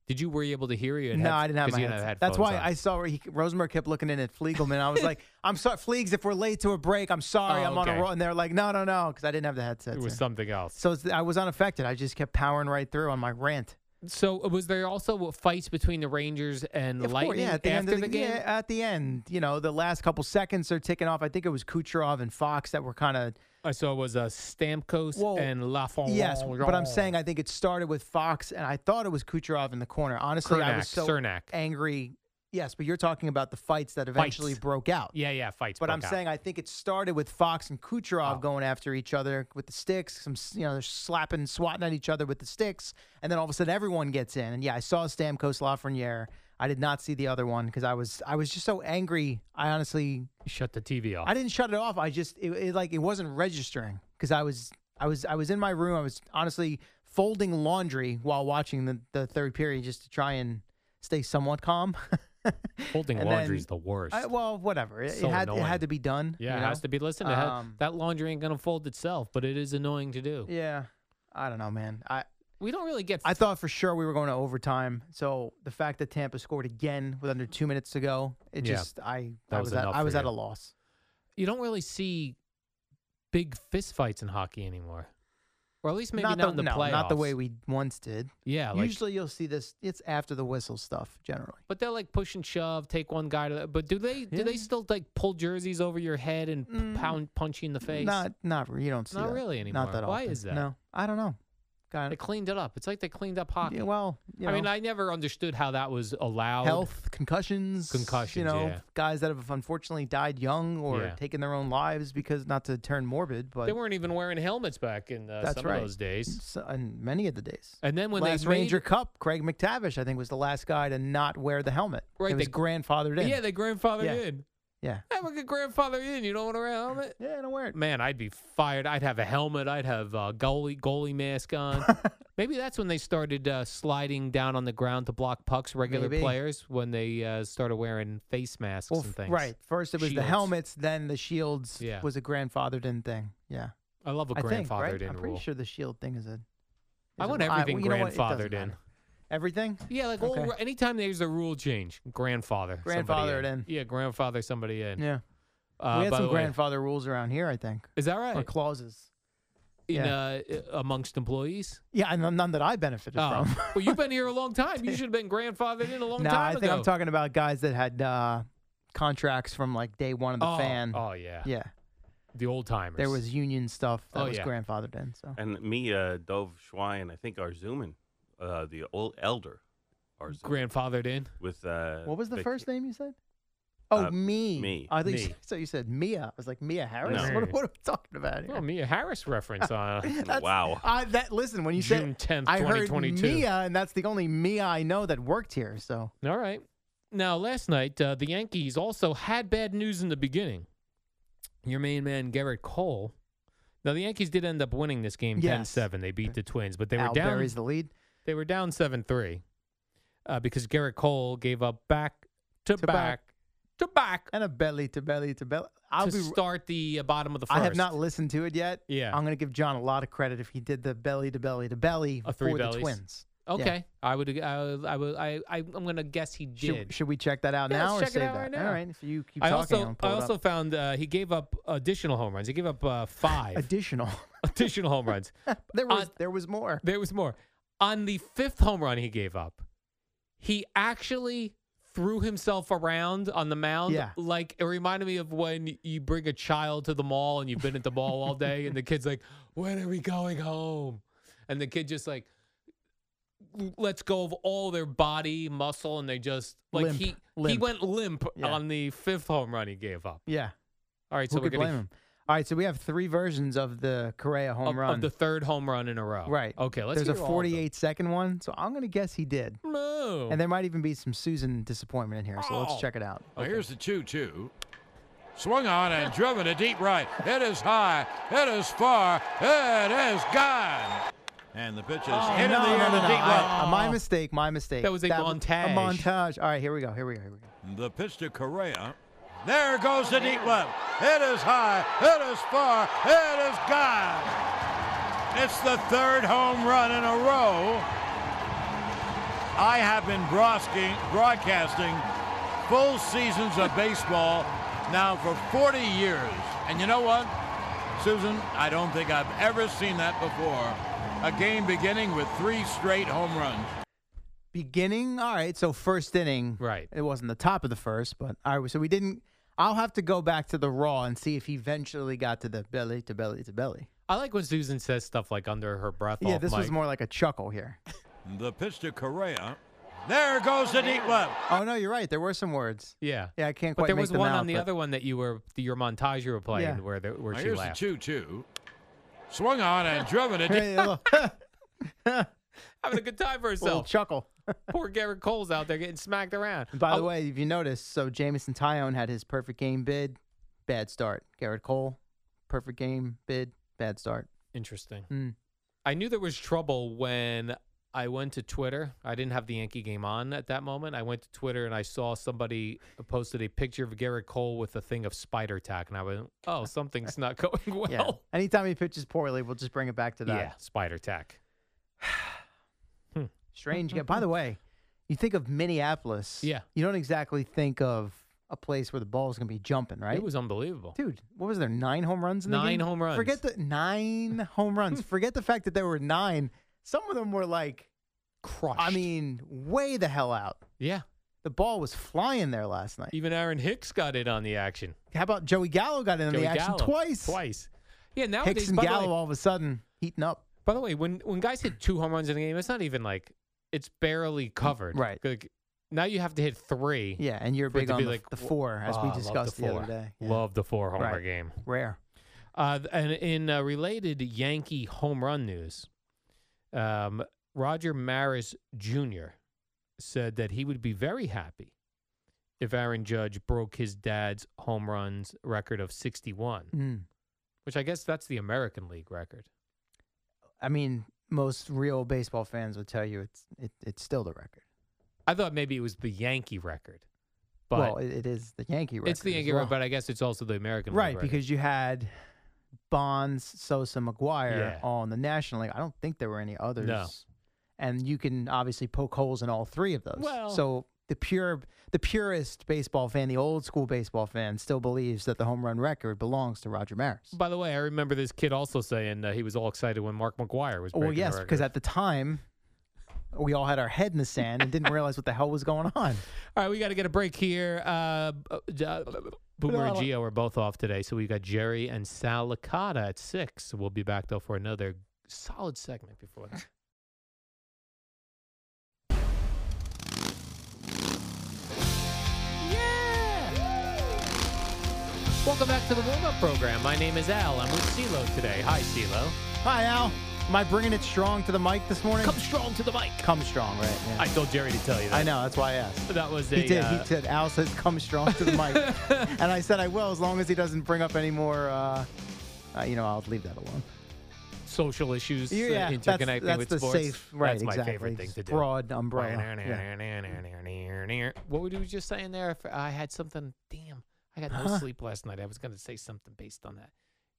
Speaker 5: Did you were you able to hear you? had
Speaker 6: No,
Speaker 5: headph-
Speaker 6: I didn't have
Speaker 5: 'cause
Speaker 6: my
Speaker 5: you
Speaker 6: headset. That's
Speaker 5: headphones
Speaker 6: why
Speaker 5: on.
Speaker 6: I saw where he, Rosenberg kept looking in at Fliegelman. I was like, I'm sorry, Fleegs, if we're late to a break, I'm sorry,
Speaker 5: Oh,
Speaker 6: I'm on
Speaker 5: okay.
Speaker 6: a roll. And they're like, no, no, no, because I didn't have the headset.
Speaker 5: it was something else.
Speaker 6: So it's, I was unaffected. I just kept powering right through on my rant.
Speaker 5: So uh, was there also fights between the Rangers and the
Speaker 6: Of course,
Speaker 5: Lightning
Speaker 6: yeah, at the
Speaker 5: after
Speaker 6: end of
Speaker 5: the game?
Speaker 6: Yeah, at the end, you know, the last couple seconds are ticking off. I think it was Kucherov and Fox that were kind of
Speaker 4: I saw was uh, Stamkos and
Speaker 5: Oh,
Speaker 4: Lafont.
Speaker 6: Yes, but I'm saying I think it started with Fox, and I thought it was Kucherov in the corner. Honestly, I was so
Speaker 4: Cernak, Cernak.
Speaker 6: angry. Yes, but you're talking about the fights that eventually
Speaker 4: Fights.
Speaker 6: broke out.
Speaker 4: Yeah, yeah, fights.
Speaker 6: But
Speaker 4: broke
Speaker 6: I'm
Speaker 4: out. Oh.
Speaker 6: saying I think it started with Fox and Kucherov going after each other with the sticks. Some s- you know they're slapping, swatting at each other with the sticks, and then all of a sudden everyone gets in. And yeah, I saw Stamkos Lafreniere. I did not see the other one because I was I was just so angry. I honestly
Speaker 4: shut the TV off.
Speaker 6: I didn't shut it off. I just it, it like it wasn't registering because I was I was I was in my room. I was honestly folding laundry while watching the, the third period just to try and stay somewhat calm. *laughs*
Speaker 4: Folding
Speaker 6: And
Speaker 4: laundry is
Speaker 6: then-
Speaker 4: the worst.
Speaker 6: I- well, whatever. It, it
Speaker 4: So
Speaker 6: had it
Speaker 4: annoying.
Speaker 6: had to be done.
Speaker 4: yeah,
Speaker 6: you
Speaker 4: it
Speaker 6: know?
Speaker 4: has to be. Listen, it ha-
Speaker 6: Um,
Speaker 4: that laundry ain't gonna fold itself, but it is annoying to do.
Speaker 6: Yeah, I don't know, man. I
Speaker 4: we don't really get.
Speaker 6: I thought for sure we were going to overtime. So the fact that Tampa scored again with under two minutes to go, it
Speaker 4: Yeah.
Speaker 6: just I
Speaker 4: That
Speaker 6: I
Speaker 4: was
Speaker 6: was, at,
Speaker 4: enough
Speaker 6: I
Speaker 4: for
Speaker 6: was at
Speaker 4: you.
Speaker 6: a loss.
Speaker 4: You don't really see big fist fights in hockey anymore, or at least maybe
Speaker 6: not
Speaker 4: not, in the
Speaker 6: no,
Speaker 4: playoffs.
Speaker 6: not the way we once did.
Speaker 4: Yeah, like-
Speaker 6: usually you'll see this. It's after the whistle stuff generally.
Speaker 4: But they'll like push and shove, take one guy to. The, but do they do they still like pull jerseys over your head and p- pound punch you in the face?
Speaker 6: Mm. Not, not re- you don't see
Speaker 4: Not
Speaker 6: that.
Speaker 4: really anymore.
Speaker 6: Not that
Speaker 4: Why
Speaker 6: often.
Speaker 4: is that?
Speaker 6: No, I don't know.
Speaker 4: They cleaned it up. It's like they cleaned up hockey.
Speaker 6: Yeah, well, you
Speaker 4: I mean,
Speaker 6: know.
Speaker 4: I never understood how that was allowed.
Speaker 6: Health concussions, You
Speaker 4: Concussions,
Speaker 6: know,
Speaker 4: yeah.
Speaker 6: guys that have unfortunately died young or
Speaker 4: Yeah.
Speaker 6: taken their own lives because not to turn morbid, but
Speaker 4: they weren't even wearing helmets back in uh,
Speaker 6: that's
Speaker 4: some
Speaker 6: right.
Speaker 4: of those days.
Speaker 6: So- and many of the days.
Speaker 4: And then when they
Speaker 6: last
Speaker 4: made-
Speaker 6: Ranger Cup, Craig McTavish, I think, was the last guy to not wear the helmet.
Speaker 4: Right,
Speaker 6: it was
Speaker 4: they-
Speaker 6: grandfathered in.
Speaker 4: Yeah, they grandfathered
Speaker 6: Yeah.
Speaker 4: in.
Speaker 6: Yeah.
Speaker 4: I'm a good grandfather in. You don't want to wear a helmet?
Speaker 6: Yeah, don't wear it.
Speaker 4: Man, I'd be fired. I'd have a helmet. I'd have a goalie goalie mask
Speaker 6: *laughs*
Speaker 4: on. Maybe that's when they started uh, sliding down on the ground to block pucks. Regular
Speaker 6: Maybe.
Speaker 4: players when they uh, started wearing face masks
Speaker 6: Well,
Speaker 4: and
Speaker 6: f-
Speaker 4: things.
Speaker 6: right. First it was the
Speaker 4: Shields.
Speaker 6: helmets, then the shields.
Speaker 4: Yeah.
Speaker 6: was a grandfathered in thing. Yeah,
Speaker 4: I love a
Speaker 6: I think,
Speaker 4: grandfathered
Speaker 6: right?
Speaker 4: in
Speaker 6: I'm pretty
Speaker 4: rule.
Speaker 6: sure the shield thing is a.
Speaker 4: I
Speaker 6: is a-
Speaker 4: want everything
Speaker 6: well, you know what? It doesn't
Speaker 4: grandfathered in.
Speaker 6: matter. Everything?
Speaker 4: Yeah, like
Speaker 6: Okay.
Speaker 4: well, anytime there's a rule change, grandfather, somebody
Speaker 6: Grandfathered in.
Speaker 4: Yeah, grandfather somebody in.
Speaker 6: Yeah.
Speaker 4: Uh,
Speaker 6: we had
Speaker 4: by
Speaker 6: some
Speaker 4: the way-
Speaker 6: grandfather rules around here, I think.
Speaker 4: Is that right?
Speaker 6: Or clauses.
Speaker 4: in
Speaker 6: yeah.
Speaker 4: uh, i- amongst employees.
Speaker 6: Yeah, and none that I benefited
Speaker 4: Oh.
Speaker 6: from.
Speaker 4: well, you've been here a
Speaker 6: *laughs*
Speaker 4: long time. You should have been grandfathered in a *laughs* long
Speaker 6: no, I
Speaker 4: time
Speaker 6: think
Speaker 4: ago.
Speaker 6: I'm talking about guys that had uh, contracts from like day one of the
Speaker 4: Oh,
Speaker 6: fan.
Speaker 4: oh, yeah.
Speaker 6: Yeah.
Speaker 4: the old timers.
Speaker 6: There was union stuff that
Speaker 10: Oh,
Speaker 6: was
Speaker 10: yeah.
Speaker 6: grandfathered in. So
Speaker 10: And me, uh, Dove Schwein, I think Arzuman, uh, the old elder, Arzuman,
Speaker 4: grandfathered in.
Speaker 10: with uh,
Speaker 6: what was the
Speaker 10: Vic-
Speaker 6: first name you said? Oh,
Speaker 10: Uh,
Speaker 6: me.
Speaker 10: me.
Speaker 6: I think
Speaker 10: Me.
Speaker 6: so. You said Mia. I was like Mia Harris.
Speaker 10: No.
Speaker 6: What, what are we talking about here?
Speaker 4: Well, Mia Oh, Harris reference
Speaker 6: *laughs*
Speaker 4: on uh,
Speaker 6: That's- I, that listen when you
Speaker 4: Oh, June 10th,
Speaker 6: said I heard
Speaker 4: 2022.
Speaker 6: Mia, and that's the only Mia I know that worked here. So
Speaker 4: All right. Now, last night, uh, the Yankees also had bad news in the beginning. Your main man, Garrett Cole. Now, the Yankees did end up winning this game ten
Speaker 6: Yes.
Speaker 4: seven. 10 7. They beat the Twins, but they were
Speaker 6: Al
Speaker 4: down.
Speaker 6: buries the lead.
Speaker 4: They were down 7 3 uh, because Garrett Cole gave up back to,
Speaker 6: To
Speaker 4: back,
Speaker 6: back.
Speaker 4: to back
Speaker 6: and a belly to belly to belly. I'll
Speaker 4: to
Speaker 6: be.
Speaker 4: start the uh, bottom of the first.
Speaker 6: I have not listened to it yet.
Speaker 4: Yeah.
Speaker 6: I'm going to give John a lot of credit if he did the belly to belly to belly
Speaker 4: A three
Speaker 6: for the
Speaker 4: bellies.
Speaker 6: Twins. Yeah.
Speaker 4: Okay. I would. I would. I would. I. I I'm gonna guess he did.
Speaker 6: Should, should we check that out
Speaker 4: Yeah, let's
Speaker 6: now or
Speaker 4: check it
Speaker 6: save
Speaker 4: out
Speaker 6: that?
Speaker 4: right now.
Speaker 6: All right. If you keep
Speaker 4: I
Speaker 6: talking,
Speaker 4: also.
Speaker 6: I'll pull
Speaker 4: I
Speaker 6: it
Speaker 4: also *laughs*
Speaker 6: up.
Speaker 4: found uh, he gave up additional home runs. He gave up uh, five
Speaker 6: additional.
Speaker 4: *laughs*
Speaker 6: *laughs*
Speaker 4: additional home runs.
Speaker 6: there was
Speaker 4: Uh,
Speaker 6: there was more.
Speaker 4: There was more. On the fifth home run he gave up, he actually threw himself around on the mound.
Speaker 6: Yeah.
Speaker 4: Like it reminded me of when you bring a child to the mall and you've been at the mall all day and the kid's like, When are we going home? And the kid just like lets go of all their body muscle and they just like
Speaker 6: Limp,
Speaker 4: he he
Speaker 6: limp.
Speaker 4: went limp
Speaker 6: Yeah.
Speaker 4: on the fifth home run he gave up.
Speaker 6: Yeah.
Speaker 4: All right, so
Speaker 6: Who
Speaker 4: we're
Speaker 6: could
Speaker 4: gonna
Speaker 6: blame him? All right. So we have three versions of the Correa home
Speaker 4: of,
Speaker 6: run.
Speaker 4: of the third home run in a row.
Speaker 6: right.
Speaker 4: Okay, let's
Speaker 6: There's
Speaker 4: hear
Speaker 6: a
Speaker 4: all of them.
Speaker 6: 48 second one. So I'm going to guess he did.
Speaker 4: No.
Speaker 6: And there might even be some Susan disappointment in here. So
Speaker 4: Oh.
Speaker 6: let's check it out.
Speaker 5: Well, here's the 2 2. Swung on and driven to deep right. It is high. It is far. It is gone. And the pitch is
Speaker 6: Oh,
Speaker 5: hit in the air to deep right.
Speaker 6: I- my mistake. My mistake.
Speaker 5: That was a
Speaker 6: w-
Speaker 5: montage.
Speaker 6: A montage. All right, here we go. Here we go. Here we go.
Speaker 5: The pitch to Correa. There goes the deep left. It is high. It is far. It is gone. It's the third home run in a row. I have been broadcasting, broadcasting full seasons of baseball now for 40 years. And you know what, Susan? I don't think I've ever seen that before. A game beginning with three straight home runs.
Speaker 6: Beginning. All right. So first inning.
Speaker 4: Right.
Speaker 6: It wasn't the top of the first, but all right. So we didn't. I'll have to go back to the Raw and see if he eventually got to the belly to belly to belly.
Speaker 5: I like when Susan says stuff like under her breath.
Speaker 6: yeah,
Speaker 5: off
Speaker 6: this was
Speaker 5: mic.
Speaker 6: more like a chuckle here.
Speaker 11: The pitch to Correa. There goes the deep left.
Speaker 6: Oh no, you're right. There were some words.
Speaker 5: Yeah.
Speaker 6: Yeah, I can't
Speaker 5: But
Speaker 6: quite.
Speaker 5: there
Speaker 6: make
Speaker 5: was
Speaker 6: them
Speaker 5: one
Speaker 6: out,
Speaker 5: on the
Speaker 6: but-
Speaker 5: other one that you were the, your montage you were playing
Speaker 6: Yeah.
Speaker 5: where the, where
Speaker 11: Now,
Speaker 5: she
Speaker 11: here's
Speaker 5: laughed.
Speaker 11: the 2 2. Swung on and driven it.
Speaker 6: *laughs* Hey,
Speaker 11: deep.
Speaker 5: *laughs*
Speaker 6: look,
Speaker 5: Having a good time for
Speaker 6: little
Speaker 5: herself.
Speaker 6: chuckle.
Speaker 5: Poor Garrett Cole's out there getting smacked around.
Speaker 6: And by the
Speaker 5: Oh,
Speaker 6: way, if you notice, so Jamison Tyone had his perfect game bid, bad start. Garrett Cole, perfect game bid, bad start.
Speaker 5: interesting.
Speaker 6: Hmm.
Speaker 5: I knew there was trouble when I went to Twitter. I didn't have the Yankee game on at that moment. I went to Twitter and I saw somebody posted a picture of Garrett Cole with a thing of spider tack, and I went, "Oh, something's not going well."
Speaker 6: *laughs* Yeah. Anytime he pitches poorly, we'll just bring it back to that.
Speaker 5: Yeah, spider tack.
Speaker 6: Strange guy.
Speaker 5: *laughs*
Speaker 6: By the way, you think of Minneapolis.
Speaker 5: Yeah.
Speaker 6: You don't exactly think of a place where the ball is going to be jumping, right?
Speaker 5: It was unbelievable.
Speaker 6: Dude, what was there? Nine home runs in the
Speaker 5: Nine
Speaker 6: game?
Speaker 5: home runs.
Speaker 6: Forget the
Speaker 5: *laughs*
Speaker 6: nine home runs. Forget the fact that there were nine. Some of them were like,
Speaker 5: crushed.
Speaker 6: I mean, way the hell out.
Speaker 5: Yeah.
Speaker 6: The ball was flying there last night.
Speaker 5: Even Aaron Hicks got in on the action.
Speaker 6: How about Joey Gallo got in on
Speaker 5: Joey
Speaker 6: the action
Speaker 5: Gallo,
Speaker 6: twice?
Speaker 5: Twice. Yeah, nowadays
Speaker 6: Hicks and
Speaker 5: by the
Speaker 6: Gallo
Speaker 5: way-
Speaker 6: all of a sudden heating up.
Speaker 5: By the way, when when guys hit two home runs in a game, it's not even like it's barely covered.
Speaker 6: Right.
Speaker 5: Like, now you have to hit three.
Speaker 6: Yeah, and you're
Speaker 5: for it
Speaker 6: big
Speaker 5: to
Speaker 6: on
Speaker 5: be
Speaker 6: the-
Speaker 5: like,
Speaker 6: the
Speaker 5: w-
Speaker 6: four, as
Speaker 5: "Oh,
Speaker 6: we
Speaker 5: I love
Speaker 6: discussed the
Speaker 5: four.
Speaker 6: other day." Yeah.
Speaker 5: Love the four homer
Speaker 6: Right.
Speaker 5: game.
Speaker 6: Rare.
Speaker 5: Uh, th- and in uh, related Yankee home run news, um, Roger Maris Jr. said that he would be very happy if Aaron Judge broke his dad's home runs record of 61,
Speaker 6: Mm.
Speaker 5: which I guess that's the American League record.
Speaker 6: I mean, most real baseball fans would tell you it's it, it's still the record.
Speaker 5: I thought maybe it was the Yankee record, but
Speaker 6: well, it, it is the Yankee record.
Speaker 5: it's the
Speaker 6: as
Speaker 5: Yankee
Speaker 6: well.
Speaker 5: record. But I guess it's also the American
Speaker 6: right
Speaker 5: League record.
Speaker 6: because you had Bonds, Sosa, McGuire
Speaker 5: Yeah.
Speaker 6: on the National League. I don't think there were any others.
Speaker 5: No.
Speaker 6: And you can obviously poke holes in all three of those.
Speaker 5: Well-
Speaker 6: so the pure, the purest baseball fan, the old school baseball fan, still believes that the home run record belongs to Roger Maris.
Speaker 5: By the way, I remember this kid also saying uh, he was all excited when Mark McGuire was.
Speaker 6: Well,
Speaker 5: breaking the
Speaker 6: Oh, yes, because
Speaker 5: record.
Speaker 6: at the time, we all had our head in the sand and didn't realize what the hell was going on.
Speaker 5: All right, we got to get a break here. Uh, b- d- uh, Boomer and Gio are both off today, so we got Jerry and Sal Licata at six. We'll be back though for another solid segment before
Speaker 6: *laughs*
Speaker 5: that. Welcome back to the warm up program. My name is Al. I'm with CeeLo today. Hi, CeeLo.
Speaker 6: Hi, Al. Am I bringing it strong to the mic this morning?
Speaker 5: Come strong to the mic.
Speaker 6: Come strong, right? yeah.
Speaker 5: I told Jerry to tell you that.
Speaker 6: I know. That's why I asked.
Speaker 5: That was a.
Speaker 6: He did.
Speaker 5: uh,
Speaker 6: he said, Al says, come strong to the
Speaker 5: *laughs*
Speaker 6: mic. and I said, I will, as long as he doesn't bring up any more, uh, uh, you know, I'll leave that alone.
Speaker 5: social issues uh,
Speaker 6: Yeah, that's-
Speaker 5: interconnecting
Speaker 6: that's
Speaker 5: with
Speaker 6: the
Speaker 5: sports.
Speaker 6: safe- right,
Speaker 5: that's my
Speaker 6: exactly.
Speaker 5: favorite thing
Speaker 6: Just
Speaker 5: to do.
Speaker 6: broad umbrella,
Speaker 5: What were you just saying there? If I had something. Damn, I got no
Speaker 6: Huh?
Speaker 5: sleep last night. I was going to say something based on that.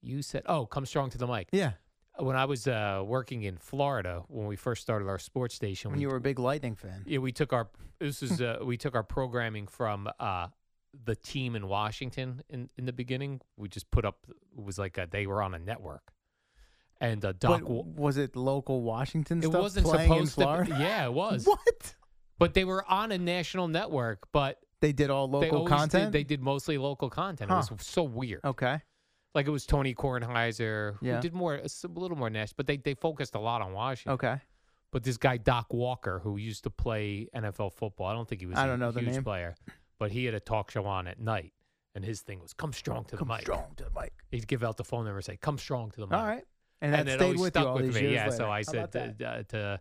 Speaker 5: You said, "Oh, come strong to the mic."
Speaker 6: Yeah.
Speaker 5: When I was uh, working in Florida, when we first started our sports station,
Speaker 6: When
Speaker 5: we,
Speaker 6: you were a big Lightning fan.
Speaker 5: yeah, we took our this
Speaker 6: *laughs*
Speaker 5: is uh, we took our programming from uh, the team in Washington in in the beginning. We just put up it was like uh they were on a network, and uh, Doc.
Speaker 6: But
Speaker 5: Wa-
Speaker 6: was it local Washington
Speaker 5: it
Speaker 6: stuff
Speaker 5: wasn't
Speaker 6: playing in
Speaker 5: supposed to.
Speaker 6: Florida?
Speaker 5: be- *laughs* Yeah, it was.
Speaker 6: *laughs* What?
Speaker 5: But they were on a national network, but
Speaker 6: They did all
Speaker 5: they
Speaker 6: local
Speaker 5: always
Speaker 6: content?
Speaker 5: Did, they did mostly local content. It
Speaker 6: Huh.
Speaker 5: was so weird.
Speaker 6: okay.
Speaker 5: Like it was Tony Kornheiser who
Speaker 6: Yeah.
Speaker 5: did more, a s- a little more national, but they they focused a lot on Washington.
Speaker 6: Okay.
Speaker 5: But this guy Doc Walker, who used to play NFL football, I don't think he was
Speaker 6: I
Speaker 5: a
Speaker 6: don't know the
Speaker 5: huge
Speaker 6: name.
Speaker 5: player, but he had a talk show on at night, and his thing was "Come strong to
Speaker 6: Come
Speaker 5: the mic."
Speaker 6: strong to the mic.
Speaker 5: He'd give out the phone number and say, "Come strong to the mic."
Speaker 6: All right. And that
Speaker 5: it
Speaker 6: stayed
Speaker 5: always
Speaker 6: with you
Speaker 5: stuck
Speaker 6: all
Speaker 5: with
Speaker 6: these
Speaker 5: me.
Speaker 6: years
Speaker 5: yeah,
Speaker 6: later.
Speaker 5: so I
Speaker 6: How
Speaker 5: said
Speaker 6: about that?
Speaker 5: to, uh, to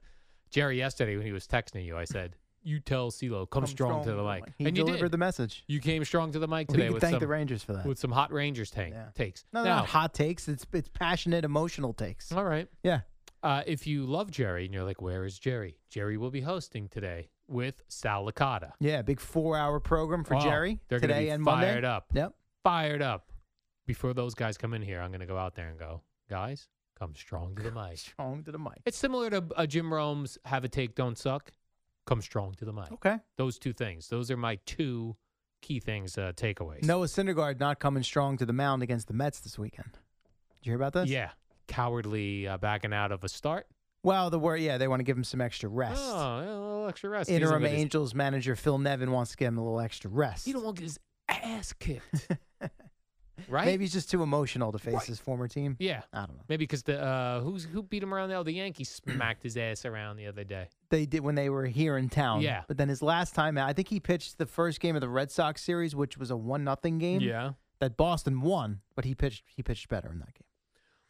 Speaker 5: Jerry yesterday when he was texting you, I said, "You tell CeeLo, come,
Speaker 6: Come
Speaker 5: strong, to the mic,"
Speaker 6: He
Speaker 5: and you
Speaker 6: delivered
Speaker 5: did.
Speaker 6: the message.
Speaker 5: you came strong to the mic
Speaker 6: We
Speaker 5: today
Speaker 6: can
Speaker 5: with
Speaker 6: thank
Speaker 5: some
Speaker 6: the Rangers for that.
Speaker 5: with some hot Rangers tank
Speaker 6: Yeah.
Speaker 5: takes.
Speaker 6: No, they're
Speaker 5: now,
Speaker 6: not hot takes. It's it's passionate, emotional takes.
Speaker 5: All right.
Speaker 6: Yeah.
Speaker 5: Uh, if you love Jerry and you're like, "Where is Jerry?" Jerry will be hosting today with Sal Licata.
Speaker 6: Yeah, big four hour program for
Speaker 5: Oh,
Speaker 6: Jerry
Speaker 5: they're gonna
Speaker 6: today
Speaker 5: be
Speaker 6: and Monday.
Speaker 5: fired up.
Speaker 6: Yep.
Speaker 5: Fired up. Before those guys come in here, I'm going to go out there and go, guys, come strong to the mic.
Speaker 6: Strong to the mic.
Speaker 5: It's similar to uh, Jim Rome's "Have a Take, Don't Suck." Come strong to the mic.
Speaker 6: Okay.
Speaker 5: Those two things. Those are my two key things. Uh, takeaways.
Speaker 6: Noah Syndergaard not coming strong to the mound against the Mets this weekend. Did you hear about this?
Speaker 5: Yeah. Cowardly uh, backing out of a start.
Speaker 6: Well, the word yeah, they want to give him some extra rest.
Speaker 5: Oh, yeah, a little extra rest. He's
Speaker 6: Interim
Speaker 5: with his-
Speaker 6: Angels manager Phil Nevin wants to give him a little extra rest.
Speaker 5: You don't want his
Speaker 4: ass kicked. *laughs* right?
Speaker 6: Maybe he's just too emotional to face his former team.
Speaker 4: Yeah.
Speaker 6: I don't know.
Speaker 4: Maybe because the uh, who's who beat him around the? Oh, the Yankees *clears throat* smacked his ass around the other day.
Speaker 6: They did when they were here in town.
Speaker 4: Yeah.
Speaker 6: But then his last time out, I think he pitched the first game of the Red Sox series, which was a one nothing game.
Speaker 4: Yeah.
Speaker 6: That Boston won, but he pitched he pitched better in that game.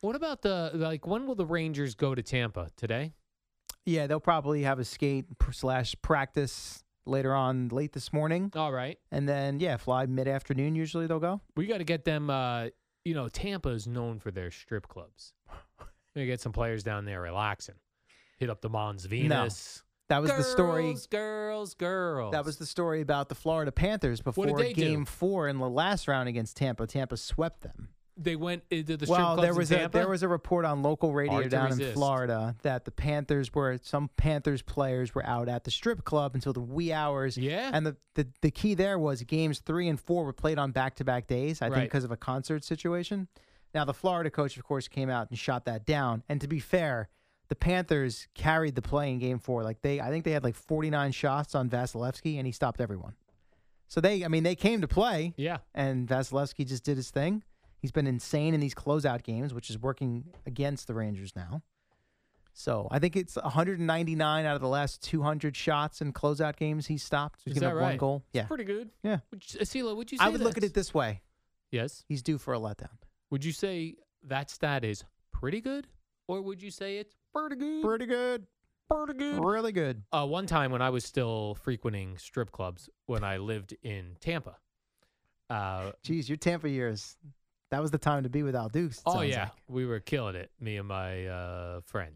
Speaker 4: What about the like? When will the Rangers go to Tampa today?
Speaker 6: Yeah, they'll probably have a skate slash practice later on late this morning.
Speaker 4: All right.
Speaker 6: And then yeah, fly mid afternoon usually they'll go.
Speaker 4: We got to get them. Uh, you know, Tampa is known for their strip clubs. We get some players down there relaxing. Hit up the Mons Venus.
Speaker 6: That was the story.
Speaker 4: Girls, girls, girls.
Speaker 6: That was the story about the Florida Panthers before
Speaker 4: they do?
Speaker 6: game four in the last round against Tampa. Tampa swept them.
Speaker 4: They went into the strip
Speaker 6: well,
Speaker 4: clubs
Speaker 6: there was
Speaker 4: in
Speaker 6: a
Speaker 4: Tampa.
Speaker 6: there was a report on local radio
Speaker 4: Hard to
Speaker 6: down in
Speaker 4: resist.
Speaker 6: Florida that the Panthers were some Panthers players were out at the strip club until the wee hours.
Speaker 4: Yeah.
Speaker 6: And the, the, the key there was games three and four were played on back to back days, I think
Speaker 4: Right.
Speaker 6: because of a concert situation. Now the Florida coach, of course, came out and shot that down. And to be fair, the Panthers carried the play in game four. Like they I think they had like forty nine shots on Vasilevsky and he stopped everyone. So they I mean they came to play.
Speaker 4: Yeah.
Speaker 6: And Vasilevsky just did his thing. He's been insane in these closeout games, which is working against the Rangers now. So I think it's 199 out of the last 200 shots in closeout games he stopped. He's
Speaker 4: Is
Speaker 6: given
Speaker 4: that
Speaker 6: up
Speaker 4: right?
Speaker 6: one goal.
Speaker 4: It's
Speaker 6: Yeah.
Speaker 4: pretty good.
Speaker 6: Yeah.
Speaker 4: Would you, Sila, would you? Say
Speaker 6: I would look at
Speaker 4: that's-
Speaker 6: it this way.
Speaker 4: Yes.
Speaker 6: He's due for a letdown.
Speaker 4: Would you say that stat is pretty good, or would you say it's pretty good?
Speaker 6: Pretty good.
Speaker 4: Pretty good.
Speaker 6: Really good.
Speaker 4: Uh, one time when I was still frequenting strip clubs when I lived in Tampa. Uh,
Speaker 6: Geez, your Tampa years. That was the time to be without Dukes. it
Speaker 4: oh
Speaker 6: sounds
Speaker 4: yeah,
Speaker 6: like.
Speaker 4: we were killing it. Me and my uh, friend,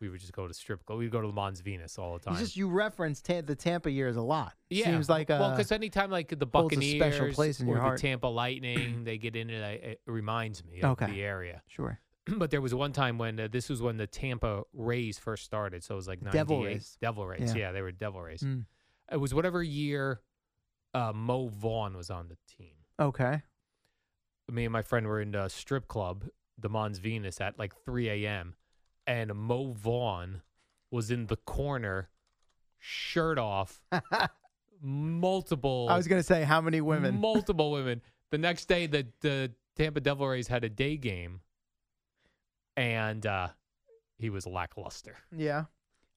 Speaker 4: we would just go to strip club. We'd go to the Mons Venus all the
Speaker 6: You
Speaker 4: time.
Speaker 6: just you reference ta- the Tampa years a lot.
Speaker 4: yeah,
Speaker 6: Seems like uh, a
Speaker 4: well, because anytime like the
Speaker 6: holds a
Speaker 4: Buccaneers
Speaker 6: special place in
Speaker 4: or
Speaker 6: your
Speaker 4: the
Speaker 6: heart.
Speaker 4: Tampa Lightning, they get into that, it reminds me of
Speaker 6: Okay.
Speaker 4: the area. *clears throat*
Speaker 6: sure.
Speaker 4: but there was one time when uh, this was when the Tampa Rays first started. So it was like 98.
Speaker 6: Devil Rays.
Speaker 4: Devil Rays.
Speaker 6: Yeah.
Speaker 4: Yeah, they were Devil Rays.
Speaker 6: Mm.
Speaker 4: It was whatever year uh, Mo Vaughn was on the team.
Speaker 6: Okay.
Speaker 4: Me and my friend were in a strip club, the Mons Venus, at like 3 a.m. And Mo Vaughn was in the corner, shirt
Speaker 6: *laughs*
Speaker 4: off, multiple.
Speaker 6: I was gonna say how many women.
Speaker 4: Multiple women. The next day, the the Tampa Devil Rays had a day game, and uh, he was lackluster.
Speaker 6: yeah.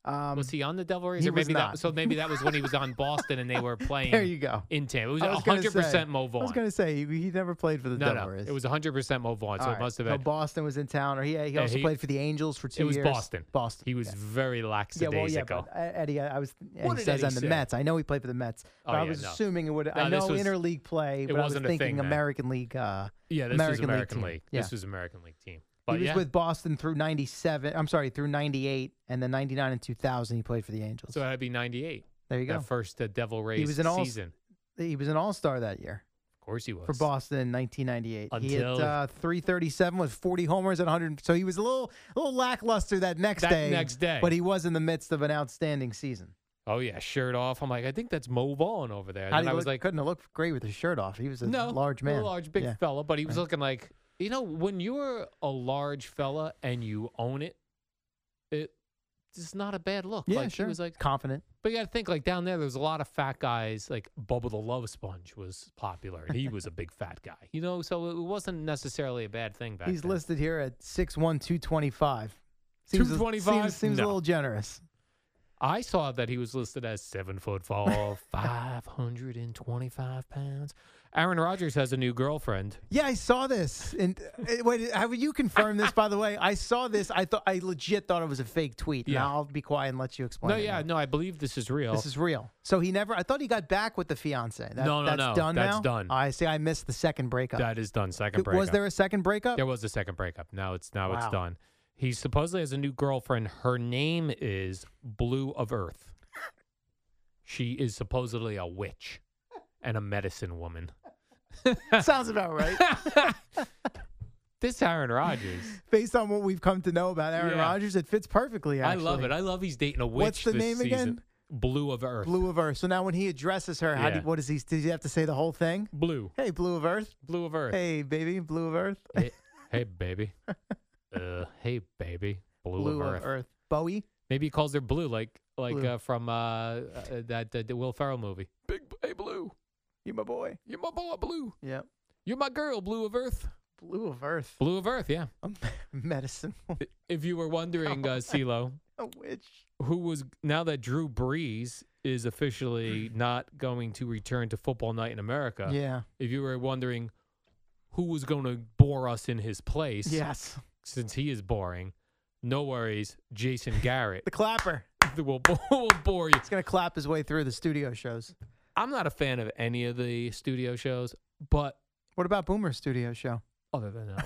Speaker 6: Um,
Speaker 4: was he on the Devil Rays?
Speaker 6: he
Speaker 4: or maybe
Speaker 6: was
Speaker 4: That,
Speaker 6: not.
Speaker 4: so maybe that was when he was on Boston and they were playing.
Speaker 6: *laughs* there you go.
Speaker 4: In Tampa, it was
Speaker 6: I gonna
Speaker 4: 100
Speaker 6: say-
Speaker 4: percent Mo
Speaker 6: I was
Speaker 4: Vaughn.
Speaker 6: gonna say he, he never played for the
Speaker 4: No, no,
Speaker 6: Devil Rays.
Speaker 4: it was 100 percent Mo Vaughn. So
Speaker 6: All
Speaker 4: it
Speaker 6: right.
Speaker 4: must have
Speaker 6: No,
Speaker 4: been.
Speaker 6: Boston was in town, or he, he
Speaker 4: Yeah,
Speaker 6: also
Speaker 4: he-
Speaker 6: played for the Angels for two
Speaker 4: it was
Speaker 6: years.
Speaker 4: Boston.
Speaker 6: Boston.
Speaker 4: He was very lax
Speaker 6: yeah, well,
Speaker 4: days
Speaker 6: yeah,
Speaker 4: ago.
Speaker 6: but, uh, Eddie, I, I was. yeah,
Speaker 4: What
Speaker 6: he
Speaker 4: did
Speaker 6: says on
Speaker 4: Eddie
Speaker 6: the
Speaker 4: say?
Speaker 6: Mets. I know he played for the Mets,
Speaker 4: Oh,
Speaker 6: but I
Speaker 4: yeah,
Speaker 6: was
Speaker 4: no.
Speaker 6: assuming it would. I
Speaker 4: No, this
Speaker 6: know
Speaker 4: was-
Speaker 6: interleague play,
Speaker 4: it
Speaker 6: but I was
Speaker 4: wasn't a
Speaker 6: thinking
Speaker 4: thing then.
Speaker 6: American League. Uh,
Speaker 4: yeah, this
Speaker 6: American
Speaker 4: was American
Speaker 6: League.
Speaker 4: League.
Speaker 6: team. Yeah.
Speaker 4: This was American League team. But
Speaker 6: he was
Speaker 4: yeah,
Speaker 6: with Boston through '97. I'm sorry, through '98, and then '99 and 2000, he played for the Angels.
Speaker 4: so that'd be 98.
Speaker 6: there you go.
Speaker 4: That first uh, Devil Rays
Speaker 6: was an all-
Speaker 4: season.
Speaker 6: he was an All Star that year.
Speaker 4: Of course he was.
Speaker 6: for Boston in 1998. he hit
Speaker 4: Until-
Speaker 6: uh, 337 with 40 homers and 100. So he was a little, a little lackluster that next
Speaker 4: That
Speaker 6: day.
Speaker 4: next day.
Speaker 6: but he was in the midst of an outstanding season.
Speaker 4: Oh yeah, shirt off. I'm like, I think that's Mo Vaughn over there. And
Speaker 6: How
Speaker 4: then
Speaker 6: did
Speaker 4: I
Speaker 6: he
Speaker 4: was
Speaker 6: look?
Speaker 4: like,
Speaker 6: couldn't have looked great with his shirt off. He was a
Speaker 4: no,
Speaker 6: large
Speaker 4: you're
Speaker 6: man,
Speaker 4: a large big
Speaker 6: Yeah.
Speaker 4: fella. But he was
Speaker 6: Right.
Speaker 4: looking like, you know, when you're a large fella and you own it, it it's not a bad look.
Speaker 6: Yeah,
Speaker 4: like
Speaker 6: sure.
Speaker 4: He was like,
Speaker 6: confident.
Speaker 4: but you got to think like down there, there's a lot of fat guys. Like Bubba the Love Sponge was popular, and he was a big fat guy. You know, so it wasn't necessarily a bad thing back
Speaker 6: He's
Speaker 4: then.
Speaker 6: listed here at 6'1", 225. Seems a-
Speaker 4: 225?
Speaker 6: seems, seems a
Speaker 4: No.
Speaker 6: little generous.
Speaker 4: I saw that he was listed as seven foot
Speaker 6: *laughs*
Speaker 4: four, five hundred and twenty five pounds. Aaron Rodgers has a new girlfriend.
Speaker 6: Yeah, I saw this. And uh, wait, have you confirmed this? By the way, I saw this. I thought I legit thought it was a fake tweet.
Speaker 4: Yeah.
Speaker 6: Now I'll be quiet and let you explain.
Speaker 4: No,
Speaker 6: it now.
Speaker 4: yeah, no, I believe this is real.
Speaker 6: This is real. So he never. I thought he got back with the fiance. That,
Speaker 4: No, no,
Speaker 6: that's
Speaker 4: no.
Speaker 6: Done
Speaker 4: That's
Speaker 6: now?
Speaker 4: done.
Speaker 6: I see. I missed the second breakup.
Speaker 4: that is done. Second
Speaker 6: Th-
Speaker 4: breakup.
Speaker 6: Was there a second breakup?
Speaker 4: There was a second breakup. Now it's now it's
Speaker 6: Wow.
Speaker 4: done. He supposedly has a new girlfriend. Her name is Blue of Earth. she is supposedly a witch and a medicine woman.
Speaker 6: *laughs* Sounds
Speaker 4: *laughs*
Speaker 6: about right.
Speaker 4: This Aaron Rodgers.
Speaker 6: *laughs* Based on what we've come to know about Aaron
Speaker 4: Yeah.
Speaker 6: Rodgers, it fits perfectly.
Speaker 4: I
Speaker 6: Actually.
Speaker 4: love it. I love he's dating a witch.
Speaker 6: What's the
Speaker 4: this
Speaker 6: name
Speaker 4: season.
Speaker 6: again?
Speaker 4: Blue of Earth.
Speaker 6: Blue of Earth. So now when he addresses her, how
Speaker 4: Yeah.
Speaker 6: do, what does he? Does he have to say the whole thing?
Speaker 4: Blue.
Speaker 6: Hey, Blue of Earth.
Speaker 4: Blue of Earth.
Speaker 6: Hey, baby, Blue of Earth.
Speaker 4: Hey, hey,
Speaker 6: *laughs*
Speaker 4: baby. uh, hey, baby. Blue,
Speaker 6: Blue
Speaker 4: of,
Speaker 6: of
Speaker 4: Earth.
Speaker 6: Earth. Bowie.
Speaker 4: Maybe he calls her Blue, like like
Speaker 6: Blue.
Speaker 4: Uh, from uh, uh, that uh, the Will Ferrell movie. Big hey, Blue.
Speaker 6: You're my boy.
Speaker 5: You're my boy, Blue.
Speaker 6: Yeah.
Speaker 5: You're my girl, Blue of Earth.
Speaker 6: Blue of Earth.
Speaker 5: Blue of Earth, yeah.
Speaker 6: *laughs* Medicine.
Speaker 5: If you were wondering, uh, CeeLo,
Speaker 6: A witch.
Speaker 5: who was now that Drew Brees is officially not going to return to Football Night in
Speaker 4: Uh,
Speaker 5: America.
Speaker 6: Yeah.
Speaker 5: If you were wondering who was going to bore us in his place,
Speaker 6: Yes.
Speaker 5: since he is boring, no worries, Jason
Speaker 6: *laughs*
Speaker 5: Garrett
Speaker 6: The clapper.
Speaker 5: will, bo- *laughs* will bore you.
Speaker 6: He's going to clap his way through the studio shows.
Speaker 5: I'm not a fan of any of the studio shows, but
Speaker 6: What about Boomer's studio show?
Speaker 5: other than that
Speaker 6: *laughs*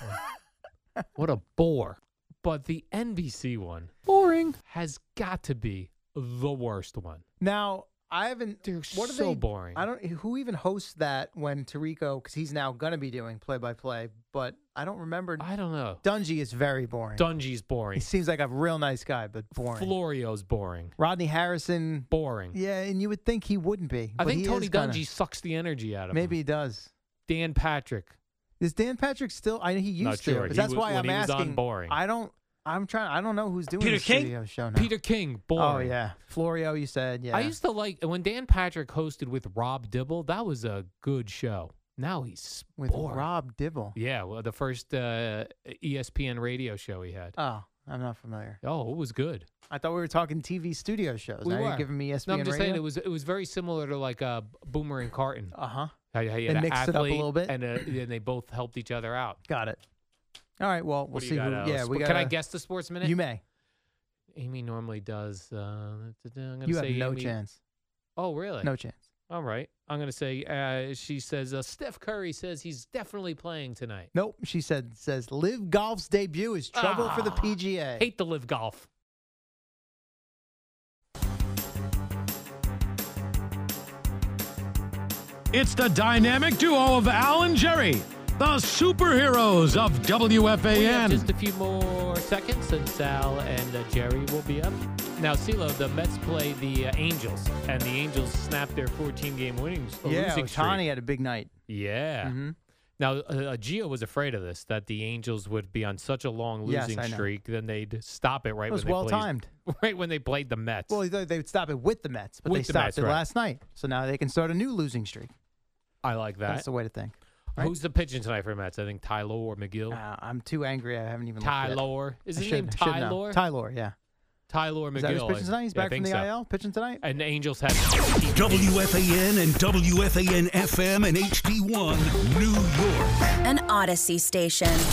Speaker 5: one, what a bore. But the NBC one
Speaker 6: Boring.
Speaker 5: has got to be the worst one.
Speaker 6: Now, I haven't.
Speaker 5: They're
Speaker 6: what are
Speaker 5: so
Speaker 6: they,
Speaker 5: boring.
Speaker 6: I don't. Who even hosts that when Tarico, because he's now going to be doing play by play, but I don't remember.
Speaker 5: I don't know.
Speaker 6: Dungy is very boring.
Speaker 5: Dungy's boring.
Speaker 6: He seems like a real nice guy, but boring.
Speaker 5: Florio's boring.
Speaker 6: Rodney Harrison.
Speaker 5: Boring.
Speaker 6: Yeah, and you would think he wouldn't be.
Speaker 5: I
Speaker 6: but
Speaker 5: think
Speaker 6: he
Speaker 5: Tony
Speaker 6: is kinda-
Speaker 5: Dungy sucks the energy out of
Speaker 6: Maybe he
Speaker 5: him.
Speaker 6: does.
Speaker 5: Maybe Dan Patrick.
Speaker 6: Is Dan Patrick still? I know he used
Speaker 5: Not
Speaker 6: to.
Speaker 5: sure.
Speaker 6: But
Speaker 5: He
Speaker 6: that's
Speaker 5: was-
Speaker 6: why
Speaker 5: when
Speaker 6: I'm
Speaker 5: he was on
Speaker 6: asking.
Speaker 5: boring.
Speaker 6: I don't. I'm trying. I don't know who's doing
Speaker 5: Peter
Speaker 6: the
Speaker 5: King?
Speaker 6: studio show now.
Speaker 5: Peter King, boring.
Speaker 6: Oh yeah, Florio. You said yeah.
Speaker 5: I used to like when Dan Patrick hosted with Rob Dibble. That was a good show. Now he's
Speaker 6: with
Speaker 5: boring.
Speaker 6: Rob Dibble.
Speaker 5: Yeah, well, the first uh, ESPN radio show he had.
Speaker 6: Oh, I'm not familiar.
Speaker 5: Oh, it was good.
Speaker 6: I thought we were talking TV studio shows.
Speaker 5: We
Speaker 6: now
Speaker 5: were.
Speaker 6: you're giving me E ESPN
Speaker 5: No, I'm just
Speaker 6: radio.
Speaker 5: saying it was it was very similar to like uh, Boomer and Carton.
Speaker 6: Uh huh.
Speaker 5: How you- how you
Speaker 6: They
Speaker 5: had an
Speaker 6: mixed it up a
Speaker 5: athlete
Speaker 6: little bit.
Speaker 5: and, uh and they both helped each other out.
Speaker 6: Got it. All right. Well, we'll
Speaker 5: What do
Speaker 6: see.
Speaker 5: you got,
Speaker 6: who,
Speaker 5: Alice?
Speaker 6: yeah, we got.
Speaker 5: Can I guess the sports minute?
Speaker 6: You may.
Speaker 5: Amy normally does. Uh, I'm gonna
Speaker 6: You have
Speaker 5: say
Speaker 6: no
Speaker 5: Amy-
Speaker 6: chance.
Speaker 5: Oh, really?
Speaker 6: No chance.
Speaker 5: All right. I'm gonna say uh, she says uh, Steph Curry says he's definitely playing tonight.
Speaker 6: Nope. She said says Live Golf's debut is trouble for the
Speaker 5: Ah,
Speaker 6: PGA.
Speaker 5: Hate to live golf.
Speaker 4: It's the dynamic duo of Al and Jerry, the superheroes of
Speaker 5: We have
Speaker 4: WFAN.
Speaker 5: just a few more seconds, and Sal and uh, Jerry will be up. Now, CeeLo, the Mets play the uh, Angels, and the Angels snapped their 14-game winning uh,
Speaker 6: yeah,
Speaker 5: losing streak.
Speaker 6: Otani had a big night.
Speaker 5: Yeah.
Speaker 6: Mhm.
Speaker 5: Now, uh, uh, Gio was afraid of this, that the Angels would be on such a long
Speaker 6: Yes,
Speaker 5: losing
Speaker 6: I know.
Speaker 5: streak, then they'd stop it right
Speaker 6: It was
Speaker 5: when they
Speaker 6: well timed.
Speaker 5: played, *laughs* right when they played the Mets.
Speaker 6: Well, they, they would stop it with the Mets, but
Speaker 5: With
Speaker 6: they
Speaker 5: the
Speaker 6: stopped
Speaker 5: Mets,
Speaker 6: it
Speaker 5: right.
Speaker 6: last night. So now they can start a new losing streak.
Speaker 5: I like that.
Speaker 6: That's the way to think. right?
Speaker 5: Who's the pitching tonight for Mets? I think Tyler or McGill.
Speaker 6: Uh, I'm too angry. I haven't even looked
Speaker 5: Ty
Speaker 6: yet.
Speaker 5: Lor. Is
Speaker 6: I
Speaker 5: his
Speaker 6: should-
Speaker 5: name
Speaker 6: I should
Speaker 5: Ty
Speaker 6: know.
Speaker 5: Lor?
Speaker 6: Ty Lor, yeah.
Speaker 5: Ty Lor McGill.
Speaker 6: Is that who's
Speaker 5: I-
Speaker 6: pitching tonight? He's
Speaker 5: yeah, I
Speaker 6: back from
Speaker 5: think
Speaker 6: the
Speaker 5: so.
Speaker 6: IL, pitching tonight?
Speaker 5: And the Angels have
Speaker 1: WFAN and WFAN FM and HD1, New York.
Speaker 7: An Odyssey station.